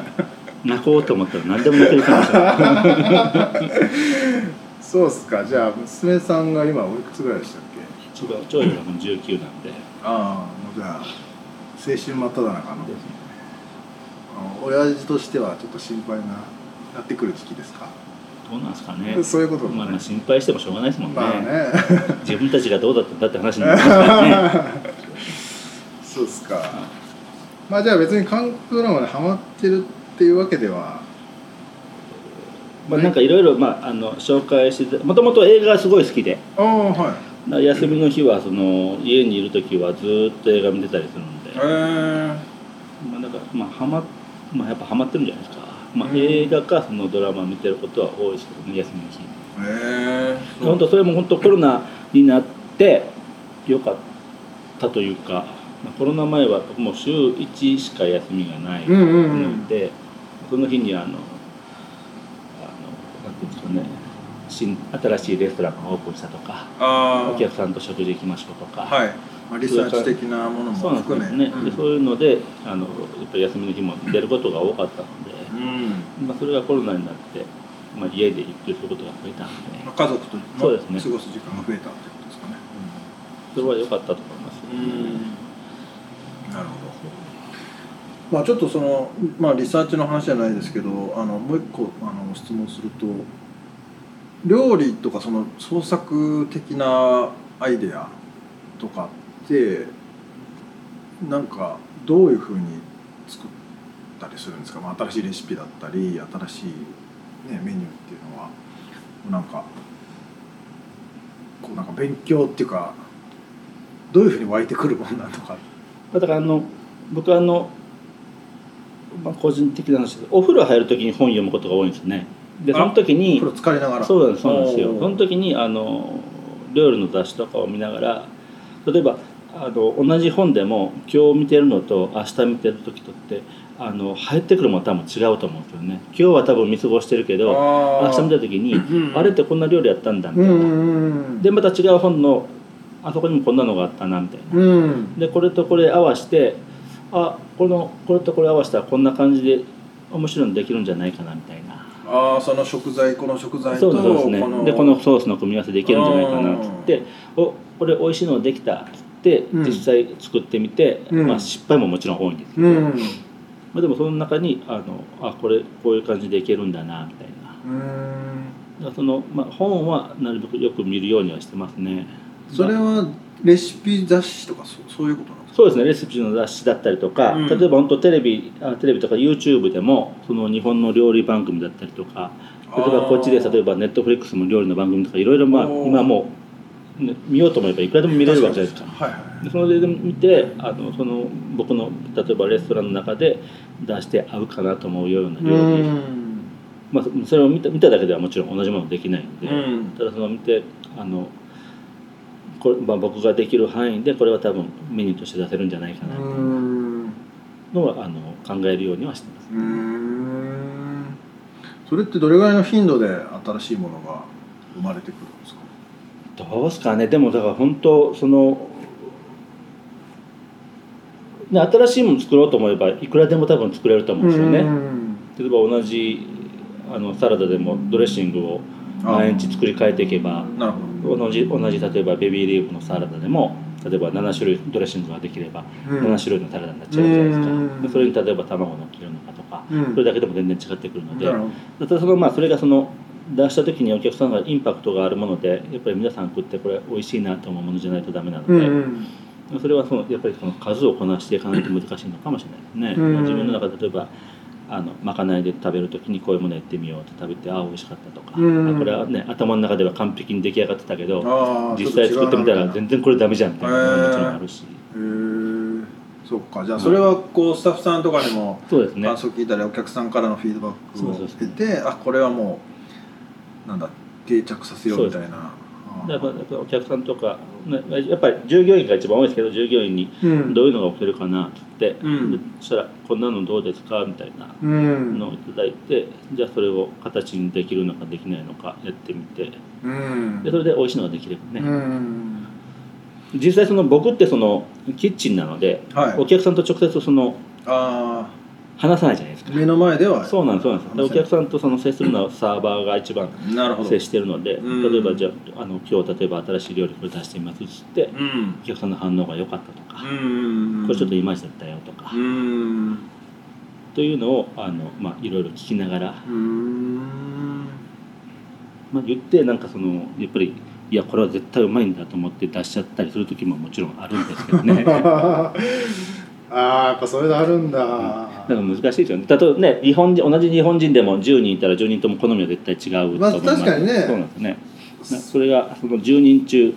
Speaker 5: 泣こうと思ったら何でも泣けるかもしれない
Speaker 3: そうっすかじゃあ娘さんが今おいくつぐらいでしたっけ
Speaker 5: 一番長女がもう19なんで
Speaker 3: ああもうじゃあ青春真っ只中のあの親父としてはちょっと心配ななってくる時期ですか、
Speaker 5: どうなんですかね
Speaker 3: そういうこと
Speaker 5: まあまあ心配してもしょうがないですもんね,、
Speaker 3: まあね
Speaker 5: 自分たちがどうだったんだって話になりますからね
Speaker 3: そうっすかまあじゃあ別に韓国ドラマでハマってるっていうわけでは
Speaker 5: まあなんかいろいろまああの紹介してもともと映画がすごい好きで
Speaker 3: ああはい
Speaker 5: 休みの日はその家にいる時はずーっと映画見てたりするんで、
Speaker 3: えー、
Speaker 5: まあ、だからまあハマまあやっぱハマってるんじゃないですか、まあ、
Speaker 3: うん
Speaker 5: 映画かそのドラマ見てることは多いですけどね休みの日
Speaker 3: えー、
Speaker 5: 本当それも本当コロナになってよかったというかまあコロナ前はもう週1しか休みがない
Speaker 3: うんうんう
Speaker 5: の
Speaker 3: ん
Speaker 5: で、その日にあのあのなんていうんですかね新新しいレストランがオープンしたとか
Speaker 3: あ
Speaker 5: お客さんと食事行きましょうとか、
Speaker 3: はい、まあ、リサーチ的なもの
Speaker 5: そう
Speaker 3: も
Speaker 5: なんで
Speaker 3: 含
Speaker 5: すよ
Speaker 3: め
Speaker 5: ね、
Speaker 3: うん
Speaker 5: でそういうのであのやっぱり休みの日も出ることが多かったので、
Speaker 3: うん
Speaker 5: まあ、それがコロナになって、まあ、家でゆっくりすることが増えたので
Speaker 3: まあ家族との
Speaker 5: そう
Speaker 3: 過
Speaker 5: です
Speaker 3: ご
Speaker 5: ね
Speaker 3: す時間が増えたってことですかね
Speaker 5: それは良かったと思います、
Speaker 3: なるほど。まあちょっとそのまあリサーチの話じゃないですけど、あのもう一個あの質問すると、料理とかその創作的なアイデアとかってなんかどういうふうに作ったりするんですか。まあ新しいレシピだったり新しいねメニューっていうのはなんかこうなんか勉強っていうかどういうふうに湧いてくるもんなんとか。
Speaker 5: だからあの僕はあの、まあ、個人的な話ですお風呂入る時に本読むことが多いんですねでその時に
Speaker 3: これ疲れながら。
Speaker 5: そうなんですそうなんです
Speaker 3: お
Speaker 5: よ
Speaker 3: ー
Speaker 5: その時にあの料理の雑誌とかを見ながら例えばあの同じ本でも今日見てるのと明日見てる時とってあの入ってくるものは多分違うと思うんですよね今日は多分見過ごしてるけど
Speaker 3: あ
Speaker 5: 明日見
Speaker 3: た
Speaker 5: た時に
Speaker 3: うん
Speaker 5: あれってこんな料理やったんだみ
Speaker 3: う
Speaker 5: たい
Speaker 3: ん
Speaker 5: な、
Speaker 3: うん
Speaker 5: でまた違う本のあそこにもこんなのがあったなみたいな、
Speaker 3: うんうん
Speaker 5: でこれとこれ合わせてあこのこれとこれ合わせたらこんな感じで面白いのできるんじゃないかなみたいな
Speaker 3: ああその食材この食材
Speaker 5: そ
Speaker 3: と
Speaker 5: うですね
Speaker 3: この
Speaker 5: でこのソースの組み合わせできるんじゃないかなっつっておこれ美味しいのできたっつって
Speaker 3: うん
Speaker 5: 実際作ってみて、
Speaker 3: うん
Speaker 5: まあ、失敗ももちろん多いんですけど、
Speaker 3: うん
Speaker 5: まあ、でもその中にあのあこれこういう感じでいけるんだなみたいなだか
Speaker 3: うん
Speaker 5: らその、まあ、本はなるべくよく見るようにはしてますね
Speaker 3: それはレシピ雑誌とかそうそういうことなんです
Speaker 5: そうですねレシピの雑誌だったりとか、
Speaker 3: うん
Speaker 5: 例えば本当テレビあテレビとか YouTube でもその日本の料理番組だったりとか
Speaker 3: か。
Speaker 5: 例えばこっちで例えばネットフリックスの料理の番組とかいろいろまあ
Speaker 3: おー
Speaker 5: 今もう、ね見ようと思えばいくらでも見れるわけじゃないですか。
Speaker 3: はいはい。
Speaker 5: でそれで見てあのその僕の例えばレストランの中で出して合うかなと思うような
Speaker 3: う
Speaker 5: 料理、
Speaker 3: ん
Speaker 5: まあ、そそれを見た見ただけではもちろん同じものできないので、
Speaker 3: うん
Speaker 5: ただその見てあのこれ、まあ、僕ができる範囲でこれは多分メニューとして出せるんじゃないかなっていうのはあの考えるようにはしてます。
Speaker 3: うんそれってどれぐらいの頻度で新しいものが生まれてくるんですか。
Speaker 5: どうですかねでもだから本当そのね新しいもの作ろうと思えばいくらでも多分作れると思うんですよね。
Speaker 3: うん
Speaker 5: 例えば同じあのサラダでもドレッシングを毎日作り変えていけば
Speaker 3: なるほど。
Speaker 5: 同じ同じ例えばベビーリーフのサラダでも例えば7種類ドレッシングができれば
Speaker 3: うん
Speaker 5: 7種類のタラダになっちゃうじゃないですか、
Speaker 3: うん
Speaker 5: でそれに例えば卵のっけるのかとか
Speaker 3: うん
Speaker 5: それだけでも全然違ってくるので、
Speaker 3: なるほど
Speaker 5: ただそのまあそれがその出した時にお客さんがインパクトがあるものでやっぱり皆さん食ってこれ美味しいなと思うものじゃないとダメなので、
Speaker 3: うんうん
Speaker 5: それはそのやっぱりその数をこなしていかないと難しいのかもしれないですね、
Speaker 3: うん
Speaker 5: 自分の中で例えばあのまかないで食べる時にこういうものやってみようって食べてああ美味しかったとか、
Speaker 3: うん
Speaker 5: あこれはね頭の中では完璧に出来上がってたけど
Speaker 3: あー
Speaker 5: 実際作ってみたら全然これダメじゃんみたいなのももちろんあるし、
Speaker 3: へーそっかじゃあそれはこうスタッフさんとかにも
Speaker 5: そうですね
Speaker 3: 感想聞いたりお客さんからのフィードバック
Speaker 5: そ
Speaker 3: を
Speaker 5: う
Speaker 3: 受
Speaker 5: そ
Speaker 3: け
Speaker 5: う
Speaker 3: てあこれはもうなんだ定着させようみたいなあ
Speaker 5: だ
Speaker 3: ー
Speaker 5: からやっぱお客さんとか、ね、やっぱり従業員が一番多いですけど従業員に
Speaker 3: うん
Speaker 5: どういうのが起きるかなって言って、
Speaker 3: うん
Speaker 5: でそしたら「こんなのどうですか?」みたいな
Speaker 3: うん
Speaker 5: のをいただいてじゃあそれを形にできるのかできないのかやってみて
Speaker 3: うん
Speaker 5: でそれで美味しいのができればね、
Speaker 3: うん
Speaker 5: 実際その僕ってそのキッチンなので、
Speaker 3: はい
Speaker 5: お客さんと直接その
Speaker 3: あ
Speaker 5: 話さないじゃないですか
Speaker 3: あ目の前では
Speaker 5: そうなんですそうなんですでお
Speaker 3: 話せない
Speaker 5: 客さんとその接するのはサーバーが一番
Speaker 3: なるほど
Speaker 5: 接してるので
Speaker 3: うん
Speaker 5: 例えばじゃああの今日例えば新しい料理これ出してみますっつって
Speaker 3: うん
Speaker 5: お客さんの反応が良かったとか、
Speaker 3: うん
Speaker 5: これちょっといまいちだったよとか、
Speaker 3: うん
Speaker 5: というのをあの、まあ、いろいろ聞きながら、
Speaker 3: うん
Speaker 5: まあ、言ってなんかそのやっぱりいやこれは絶対うまいんだと思って出しちゃったりする時ももちろんあるんですけど ねだか
Speaker 3: ああやっぱそれであるんだ、
Speaker 5: ら難しいですよね例えばね日本人同じ日本人でも10人いたら10人とも好みは絶対違うと思います、
Speaker 3: まあ確かにね
Speaker 5: そうなんですねなそれがその10人中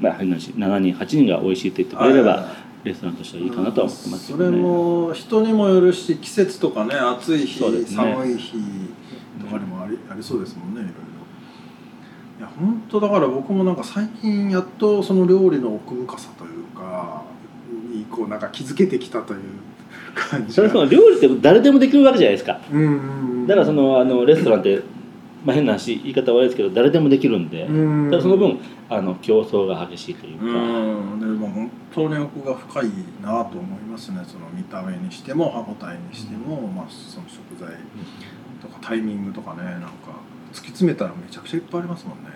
Speaker 5: まあ変な話7人8人が美味しいって言ってくれればレストランとしてはいいかなとは思ってますけ
Speaker 3: そ
Speaker 5: ど
Speaker 3: れ
Speaker 5: ね
Speaker 3: も人にもよるし季節とかね暑い日、
Speaker 5: そうですね
Speaker 3: 寒い日とかにもありありそうですもんねいろいろいや本当だから僕もなんか最近やっとその料理の奥深さというかにこうなんか気づけてきたという感じ
Speaker 5: それはそ
Speaker 3: が
Speaker 5: の料理って誰でもできるわけじゃないですか
Speaker 3: うんうんうん
Speaker 5: だからそのあのレストランって、まあ、変な話言い方悪いですけど誰でもできるんで、
Speaker 3: うん
Speaker 5: ただその分あの競争が激しいというか、
Speaker 3: うんでも本当に奥が深いなと思いますねその見た目にしても歯応えにしても、まあ、その食材とかタイミングとかねなんか突き詰めたらめちゃくちゃいっぱいありますもんね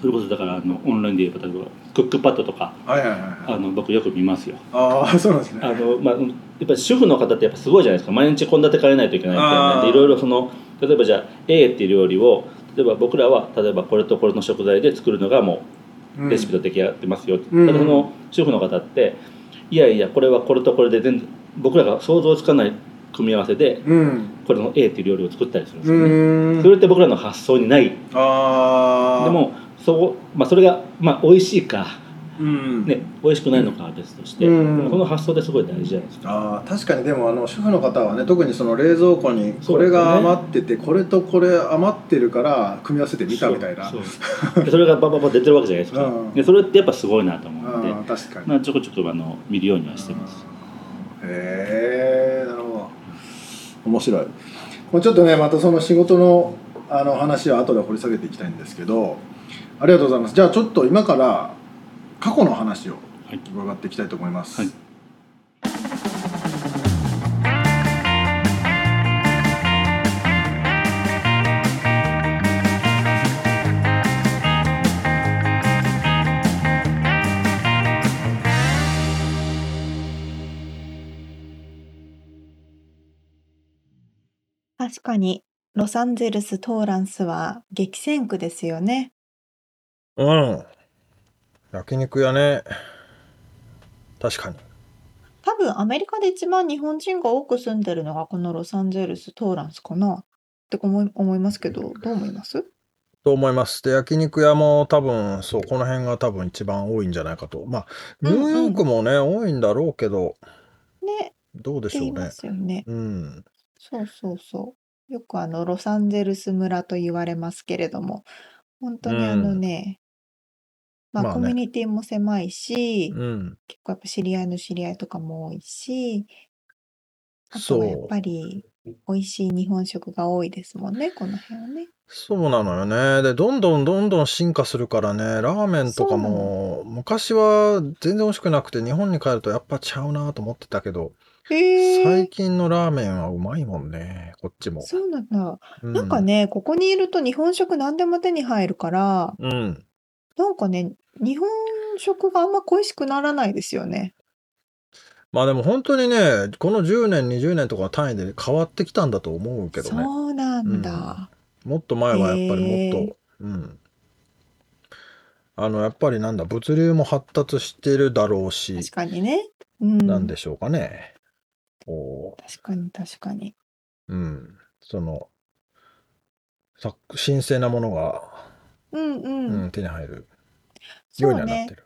Speaker 5: それこそだからあのオンラインで言えば例えばクックパッドとか
Speaker 3: はいはいはい
Speaker 5: あ
Speaker 3: はい
Speaker 5: の僕よく見ますよ
Speaker 3: ああそうなんですね
Speaker 5: あの、まあ、うんやっぱり主婦の方ってやっぱすごいじゃないですか毎日献立変えないといけないみたいな
Speaker 3: あー
Speaker 5: んでいろいろその例えばじゃあ A っていう料理を例えば僕らは例えばこれとこれの食材で作るのがも
Speaker 3: うん
Speaker 5: うレシピと出来上がってますよ、
Speaker 3: うん
Speaker 5: ただその主婦の方っていやいやこれはこれとこれで全然僕らが想像つかない組み合わせで
Speaker 3: うん
Speaker 5: これの A っていう料理を作ったりするんです
Speaker 3: う
Speaker 5: よね、
Speaker 3: ん
Speaker 5: それって僕らの発想にないで
Speaker 3: ああ
Speaker 5: もそう、まあ、それが、まあ、美味しいか、
Speaker 3: うん
Speaker 5: ね、美味しくないのかは別として、
Speaker 3: うん
Speaker 5: この発想ってすごい大事じゃないですか
Speaker 3: あー確かにでもあの主婦の方はね特にその冷蔵庫に
Speaker 5: そ
Speaker 3: こ
Speaker 5: うで
Speaker 3: れ
Speaker 5: すね
Speaker 3: が余ってて、これとこれ余ってるから組み合わせてみたみたいな
Speaker 5: そうそうでそれがバババ出てるわけじゃないですか、
Speaker 3: うん
Speaker 5: でそれってやっぱすごいなと思うので
Speaker 3: あー確かに、
Speaker 5: まあ、ちょこちょこあの見るようにはしてます
Speaker 3: へえなるほど面白いもうちょっとねまたその仕事のあの話は後で掘り下げていきたいんですけどありがとうございますじゃあちょっと今から過去の話を
Speaker 5: はい
Speaker 3: 伺っていきたいと思います、
Speaker 5: はい
Speaker 1: 確かに、ロサンゼルス、トーランスは激戦区ですよね。
Speaker 4: うん。焼肉屋ね。確かに。
Speaker 1: 多分アメリカで一番日本人が多く住んでるのがこのロサンゼルス、トーランスかなって思い思いますけど、どう思います
Speaker 4: と思います。で、焼肉屋も多分、そう、この辺が多分一番多いんじゃないかと。まあ、ニューヨークもね、多いんだろうけど、
Speaker 1: ね、
Speaker 4: どうで
Speaker 1: って
Speaker 4: し
Speaker 1: 言
Speaker 4: ょ
Speaker 1: いうま
Speaker 4: ね。
Speaker 1: すよね。
Speaker 4: うん。
Speaker 1: そうそうそう。よくあのロサンゼルス村と言われますけれども、本当にあの
Speaker 4: うん
Speaker 1: ね、まあ、
Speaker 4: まあね
Speaker 1: コミュニティも狭いし、
Speaker 4: うん。
Speaker 1: 結構やっぱ知り合いの知り合いとかも多いし、あとはやっぱり美味しい日本食が多いですもんね、この辺はね。
Speaker 4: そうなのよね。で、どんどんどんどん進化するからね、ラーメンとかも、昔は全然美味しくなくて、日本に帰るとやっぱちゃうなと思ってたけど、
Speaker 1: へ
Speaker 4: 最
Speaker 1: え、
Speaker 4: 近のラーメンはうまいもんね、こっちも。
Speaker 1: そうなんだ。
Speaker 4: う
Speaker 1: なんか。ね、ここにいると日本食何でも手に入るから、
Speaker 4: うん。
Speaker 1: なんかね、日本食があんま恋しくならないですよね。
Speaker 4: まあでも本当にね、この10年、20年とかの単位で変わってきたんだと思うけどね。
Speaker 1: そうなんだ。
Speaker 4: もっと前はやっぱりもっと、うん。あの、やっぱりなんだ、物流も発達してるだろうし、
Speaker 1: 確かにね。うん。
Speaker 4: なんでしょうかね。こ
Speaker 1: 確かに確かに。
Speaker 4: う、うん。その、さ神聖なものが、
Speaker 1: うんう。
Speaker 4: うんん、手に入る
Speaker 1: そ
Speaker 4: よ
Speaker 1: うう
Speaker 4: にはなっ
Speaker 1: ね
Speaker 4: て。る。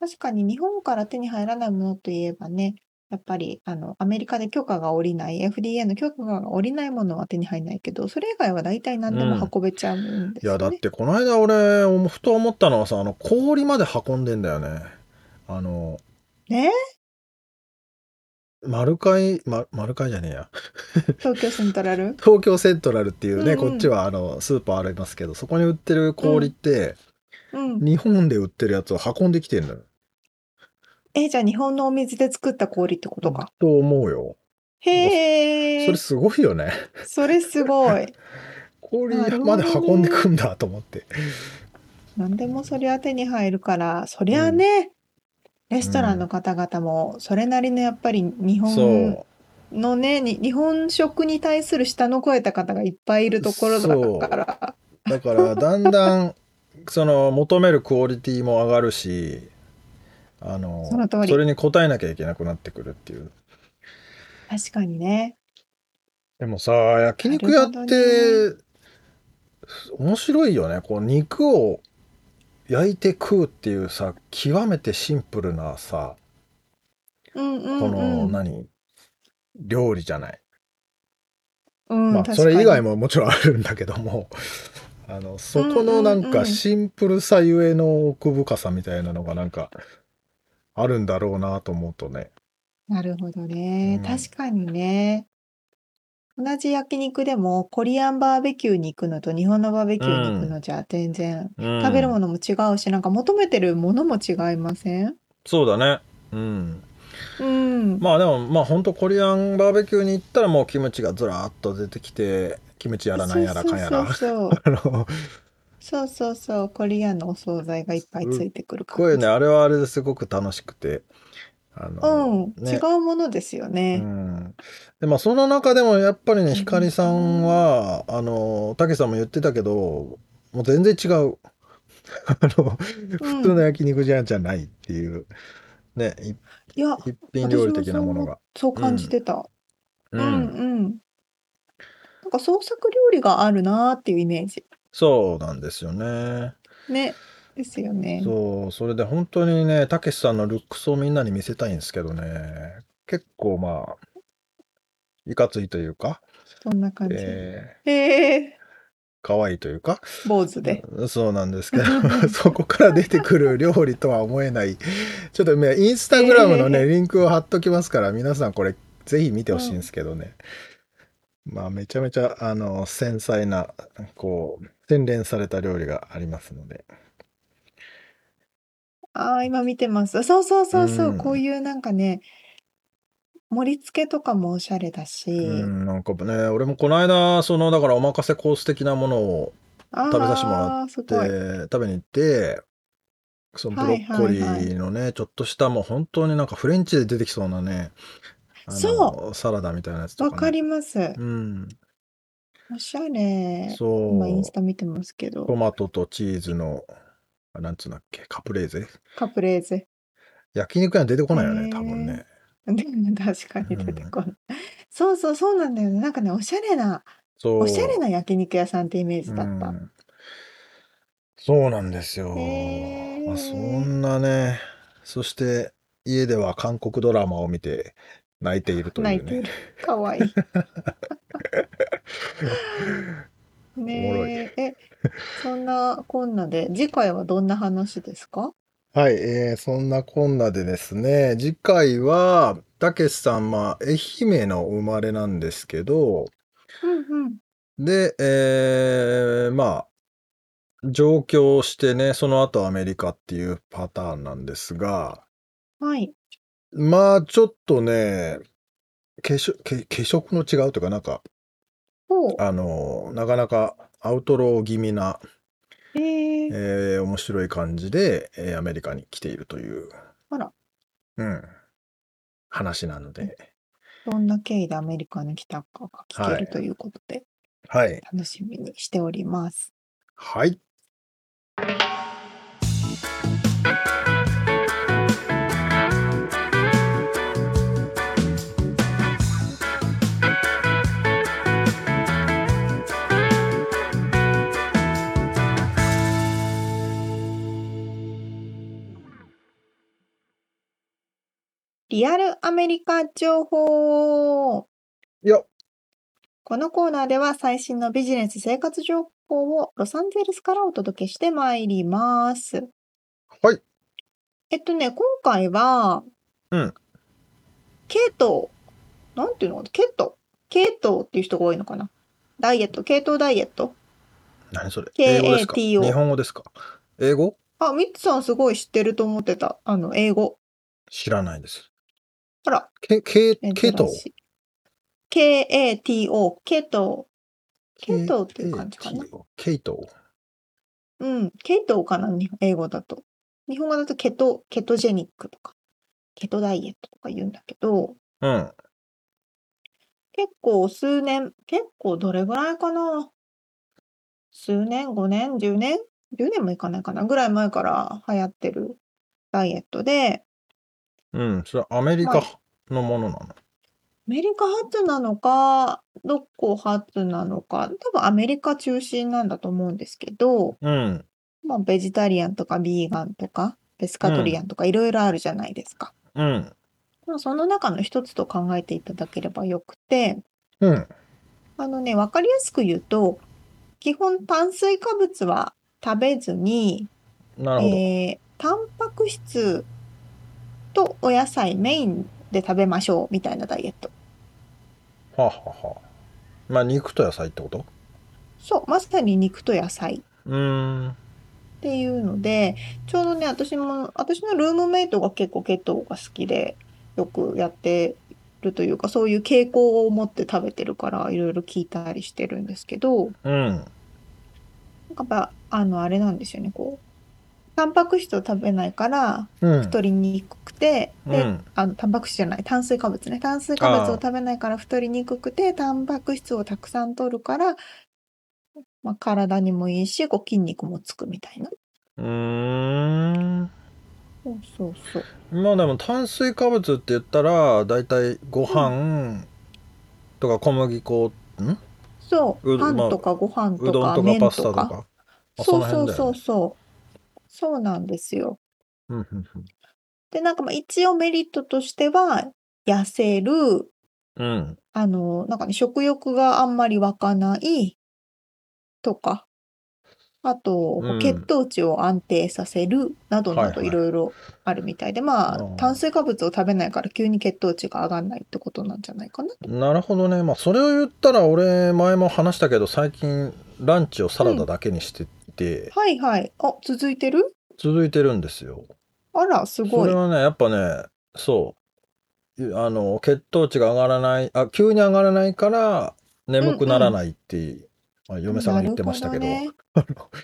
Speaker 1: 確かに日本から手に入らないものといえばね、やっぱりあのアメリカで許可が下りない、FDA の許可が下りないものは手に入らないけど、それ以外は大体何で
Speaker 4: うん
Speaker 1: も運べちゃうんで
Speaker 4: い
Speaker 1: す
Speaker 4: や
Speaker 1: よ
Speaker 4: だっ
Speaker 1: ね。
Speaker 4: てこの間俺おふと思ったのはさあの氷まで運んでんだよねあの
Speaker 1: ね
Speaker 4: 丸海、ま、丸海じゃねえや
Speaker 1: 東京セントラル。
Speaker 4: 東京セントラルっていうね、
Speaker 1: うんうん
Speaker 4: こっちはあのスーパーありますけどそこに売ってる氷って、
Speaker 1: うん。
Speaker 4: 日本で売ってるやつを運んできてるのよ
Speaker 1: え、じゃあ日本のお水で作った氷ってことか。
Speaker 4: と思うよ
Speaker 1: へ
Speaker 4: それ
Speaker 1: え、
Speaker 4: すごいよね
Speaker 1: それすごい。
Speaker 4: 氷
Speaker 1: なるほ
Speaker 4: ま
Speaker 1: ど
Speaker 4: で
Speaker 1: ね
Speaker 4: 運んでくんだと思って
Speaker 1: 何でもそりゃ手に入るから、そりゃね、レストランの方々もそれなりのやっぱり日本
Speaker 4: そう
Speaker 1: のね、に日本食に対する舌の肥えた方がいっぱいいるところだから、
Speaker 4: だからだんだんその求めるクオリティも上がるしあの
Speaker 1: その通り
Speaker 4: それに応えなきゃいけなくなってくるっていう
Speaker 1: 確かにね。
Speaker 4: でもさ焼肉屋って、
Speaker 1: なる
Speaker 4: 面白いよねこう肉を焼いて食うっていうさ極めてシンプルなさ
Speaker 1: うんう
Speaker 4: こ
Speaker 1: ん
Speaker 4: の
Speaker 1: うん。
Speaker 4: 何、料理じゃない、
Speaker 1: うん、
Speaker 4: まあ
Speaker 1: 確
Speaker 4: それ以
Speaker 1: か
Speaker 4: 外
Speaker 1: に。
Speaker 4: ももちろんあるんだけども あのそこ
Speaker 1: うんうんう
Speaker 4: の
Speaker 1: ん
Speaker 4: なんかシンプルさゆえの奥深さみたいなのがなんかあるんだろうなと思うとね
Speaker 1: なるほどね。
Speaker 4: うん
Speaker 1: 確かにね。同じ焼肉でもコリアンバーベキューに行くのと日本のバーベキューに行くのじゃ全然食べるものも違うし、なんか求めてるものも違いません
Speaker 4: そうだねうん
Speaker 1: うん。
Speaker 4: まあでもまあ本当コリアンバーベキューに行ったらもうキムチがずらーっと出てきてキムチやらなんやらかんやら
Speaker 1: そう
Speaker 4: あ
Speaker 1: そうそうそう。
Speaker 4: の
Speaker 1: そうそうそう、コリアンのお惣菜がいっぱいついてくる
Speaker 4: こういうね
Speaker 1: 感
Speaker 4: あれはあれですごく楽しくてあ
Speaker 1: じ。う
Speaker 4: の
Speaker 1: ん、
Speaker 4: ね
Speaker 1: 違うものですよ
Speaker 4: う
Speaker 1: ね。
Speaker 4: んでまあその中でもやっぱりねひかりさんはあのたけさんも言ってたけどもう全然違う あの普通の焼肉じゃじゃないっていうね一
Speaker 1: いや、
Speaker 4: 一品料理的なものが
Speaker 1: そう感じてた。
Speaker 4: う
Speaker 1: うんんうん。なんか創作料理があるなーっていうイメージ。
Speaker 4: そうなんですよね
Speaker 1: ね。ですよね。
Speaker 4: そう、それで本当にね、たけしさんのルックスをみんなに見せたいんですけどね、結構まあ、いかついというか、
Speaker 1: そんな感じ。
Speaker 4: えー、
Speaker 1: へえ
Speaker 4: 可愛いというか、
Speaker 1: 坊主で。
Speaker 4: そうなんですけど、 そこから出てくる料理とは思えない、ちょっとね、インスタグラムの
Speaker 1: え
Speaker 4: ね、
Speaker 1: ー
Speaker 4: リンクを貼っときますから、皆さんこれ、ぜひ見てほしいんですけどね。まあ、めちゃめちゃ、あの、繊細な、こう、洗練された料理がありますので。
Speaker 1: ああ、今見てます。そうそうそうそうう。
Speaker 4: ん
Speaker 1: こういうなんかね、盛り付けとかもおしゃれだし。
Speaker 4: うん、なんかね、俺もこの間、その、だからお任せコース的なものを
Speaker 1: あ
Speaker 4: 食べさせてもら
Speaker 1: あ、す
Speaker 4: で
Speaker 1: ごい。
Speaker 4: 食べに行って、そのブロ
Speaker 1: はい
Speaker 4: ッコリ
Speaker 1: はい
Speaker 4: ーのね、ちょっとしたもう本当になんかフレンチで出てきそうなね、あの
Speaker 1: そ
Speaker 4: サラダみたいなやつと
Speaker 1: わ
Speaker 4: か
Speaker 1: か
Speaker 4: ね。
Speaker 1: ります。
Speaker 4: うん、
Speaker 1: おしゃれ。
Speaker 4: そ
Speaker 1: 今インス
Speaker 4: う。
Speaker 1: タ見てますけど
Speaker 4: ト、マトとチーズの、あなんつうんだっけ、カプレーゼ。
Speaker 1: カプレーゼ。
Speaker 4: 焼肉屋に出てこないよね、
Speaker 1: へー
Speaker 4: 多分ね。
Speaker 1: 確かに出てこない。そうそうそうなんだよね。なんかね、おしゃれな、
Speaker 4: そう。
Speaker 1: おしゃれな焼肉屋さんってイメージだっ
Speaker 4: う
Speaker 1: た。
Speaker 4: んそうなんですよ。
Speaker 1: へー
Speaker 4: まあ、そんなね、そして家では韓国ドラマを見て泣いているとい
Speaker 1: 泣いうてる
Speaker 4: ね。。
Speaker 1: かわいい。
Speaker 4: おもろい
Speaker 1: ねえ、え、そんなこんなで、次回はどんな話ですか
Speaker 4: はい、えーそんなこんなでですね、次回は、たけしさん、まあ、愛媛の生まれなんですけど、
Speaker 1: うんうん。
Speaker 4: で、えーまあ、上京してね、その後アメリカっていうパターンなんですが、
Speaker 1: はい。
Speaker 4: まあちょっとね化粧け化粧の違うというかなんか
Speaker 1: おう。
Speaker 4: あのなかなかアウトロー気味な
Speaker 1: えー、
Speaker 4: えー面白い感じで、えーアメリカに来ているという、
Speaker 1: あら
Speaker 4: うん、話なので、
Speaker 1: どんな経緯でアメリカに来たかが聞けるということで、
Speaker 4: はい。
Speaker 1: 楽しみにしております。
Speaker 4: はい。
Speaker 1: リアルアメリカ情報
Speaker 4: よっ
Speaker 1: このコーナーでは最新のビジネス生活情報をロサンゼルスからお届けしてまいります。
Speaker 4: はい。
Speaker 1: えっとね、今回は、
Speaker 4: うん。
Speaker 1: ケイトウ、なんていうのかなケイトウ、ケイトウっていう人が多いのかなダイエット、ケイトウダイエット。
Speaker 4: 何それ
Speaker 1: KATO
Speaker 4: 英語ですか日本語ですか英語
Speaker 1: あ、ミッツさんすごい知ってると思ってた。あの、英語。
Speaker 4: 知らないです。
Speaker 1: あら、
Speaker 4: け、け、
Speaker 1: 珍
Speaker 4: けと
Speaker 1: しい ?K-A-T-O、ケイトウ。ケイトウっていう感じかな。
Speaker 4: ケイト
Speaker 1: うん、ケイトウかな、日本英語だと。日本語だとケト、ケトジェニックとか、ケトダイエットとか言うんだけど、
Speaker 4: ウ。うん。
Speaker 1: 結構数年、結構どれぐらいかな。数年、5年、10年 ?10 年もいかないかなぐらい前から流行ってるダイエットで、
Speaker 4: うん。それはアメリカのものなの。
Speaker 1: アメリカ発なのか、どこ発なのか、多分アメリカ中心なんだと思うんですけど、
Speaker 4: うん。
Speaker 1: まあ、ベジタリアンとかビーガンとか、ペスカトリアンとかいろいろあるじゃないですか。
Speaker 4: うん。
Speaker 1: まあ、その中の一つと考えていただければよくて、
Speaker 4: うん。
Speaker 1: あのね、わかりやすく言うと、基本炭水化物は食べずに、
Speaker 4: な
Speaker 1: え
Speaker 4: るほ
Speaker 1: ー、
Speaker 4: ど。
Speaker 1: タンパク質とお野菜メインで食べましょうみたいなダイエット。
Speaker 4: はあ、はあはあ、まあ、肉と野菜ってこと
Speaker 1: そう、まさに肉と野菜
Speaker 4: うーん。
Speaker 1: っていうので、ちょうどね、私も、私のルームメイトが結構ケトウが好きで、よくやってるというか、そういう傾向を持って食べてるから、いろいろ聞いたりしてるんですけど、
Speaker 4: うん。
Speaker 1: なんかばあのあれなんですよねこうタンパク質を食べないから
Speaker 4: うん。
Speaker 1: 太りにくくて、
Speaker 4: う
Speaker 1: で
Speaker 4: ん。
Speaker 1: あのタンパク質じゃない炭水化物ね炭水化物を食べないから太りにくくてタンパク質をたくさん摂るから、まあ、体にもいいしこう筋肉もつくみたいな
Speaker 4: うーん。
Speaker 1: そうそうそう
Speaker 4: まあでも炭水化物って言ったら、だいたいご飯とか小麦粉、ん
Speaker 1: そう
Speaker 4: うど
Speaker 1: パ
Speaker 4: んまあ
Speaker 1: ンとかご飯
Speaker 4: う
Speaker 1: と
Speaker 4: どん
Speaker 1: か
Speaker 4: とか
Speaker 1: 麺
Speaker 4: パスタ
Speaker 1: と
Speaker 4: と
Speaker 1: か
Speaker 4: か。あ
Speaker 1: そう
Speaker 4: の
Speaker 1: そ
Speaker 4: 辺
Speaker 1: う
Speaker 4: だ
Speaker 1: そ
Speaker 4: よ
Speaker 1: う
Speaker 4: ね
Speaker 1: そうそうなんですよ
Speaker 4: うんうん
Speaker 1: でなんかまあ一応メリットとしては痩せる
Speaker 4: うん。うん。
Speaker 1: あの、なんかね、食欲があんまり湧かないとか、あと、
Speaker 4: うん
Speaker 1: 血糖値を安定させるなどなど
Speaker 4: はいはい
Speaker 1: いろいろあるみたいで、まあ
Speaker 4: うん、
Speaker 1: 炭水化物を食べないから急に血糖値が上がらないってことなんじゃないかな。
Speaker 4: なるほどね。まあ、それを言ったら、俺、前も話したけど、最近、ランチをサラダだけにしてて、
Speaker 1: はいはい。あ、続いてる
Speaker 4: 続いてるんですよ。
Speaker 1: あら、す
Speaker 4: そ
Speaker 1: ご
Speaker 4: れ
Speaker 1: い。
Speaker 4: はね、やっぱね、そう、いあの、血糖値が上がらない、あ、急に上がらないから、眠くならないって、まあ嫁さんが言ってましたけど、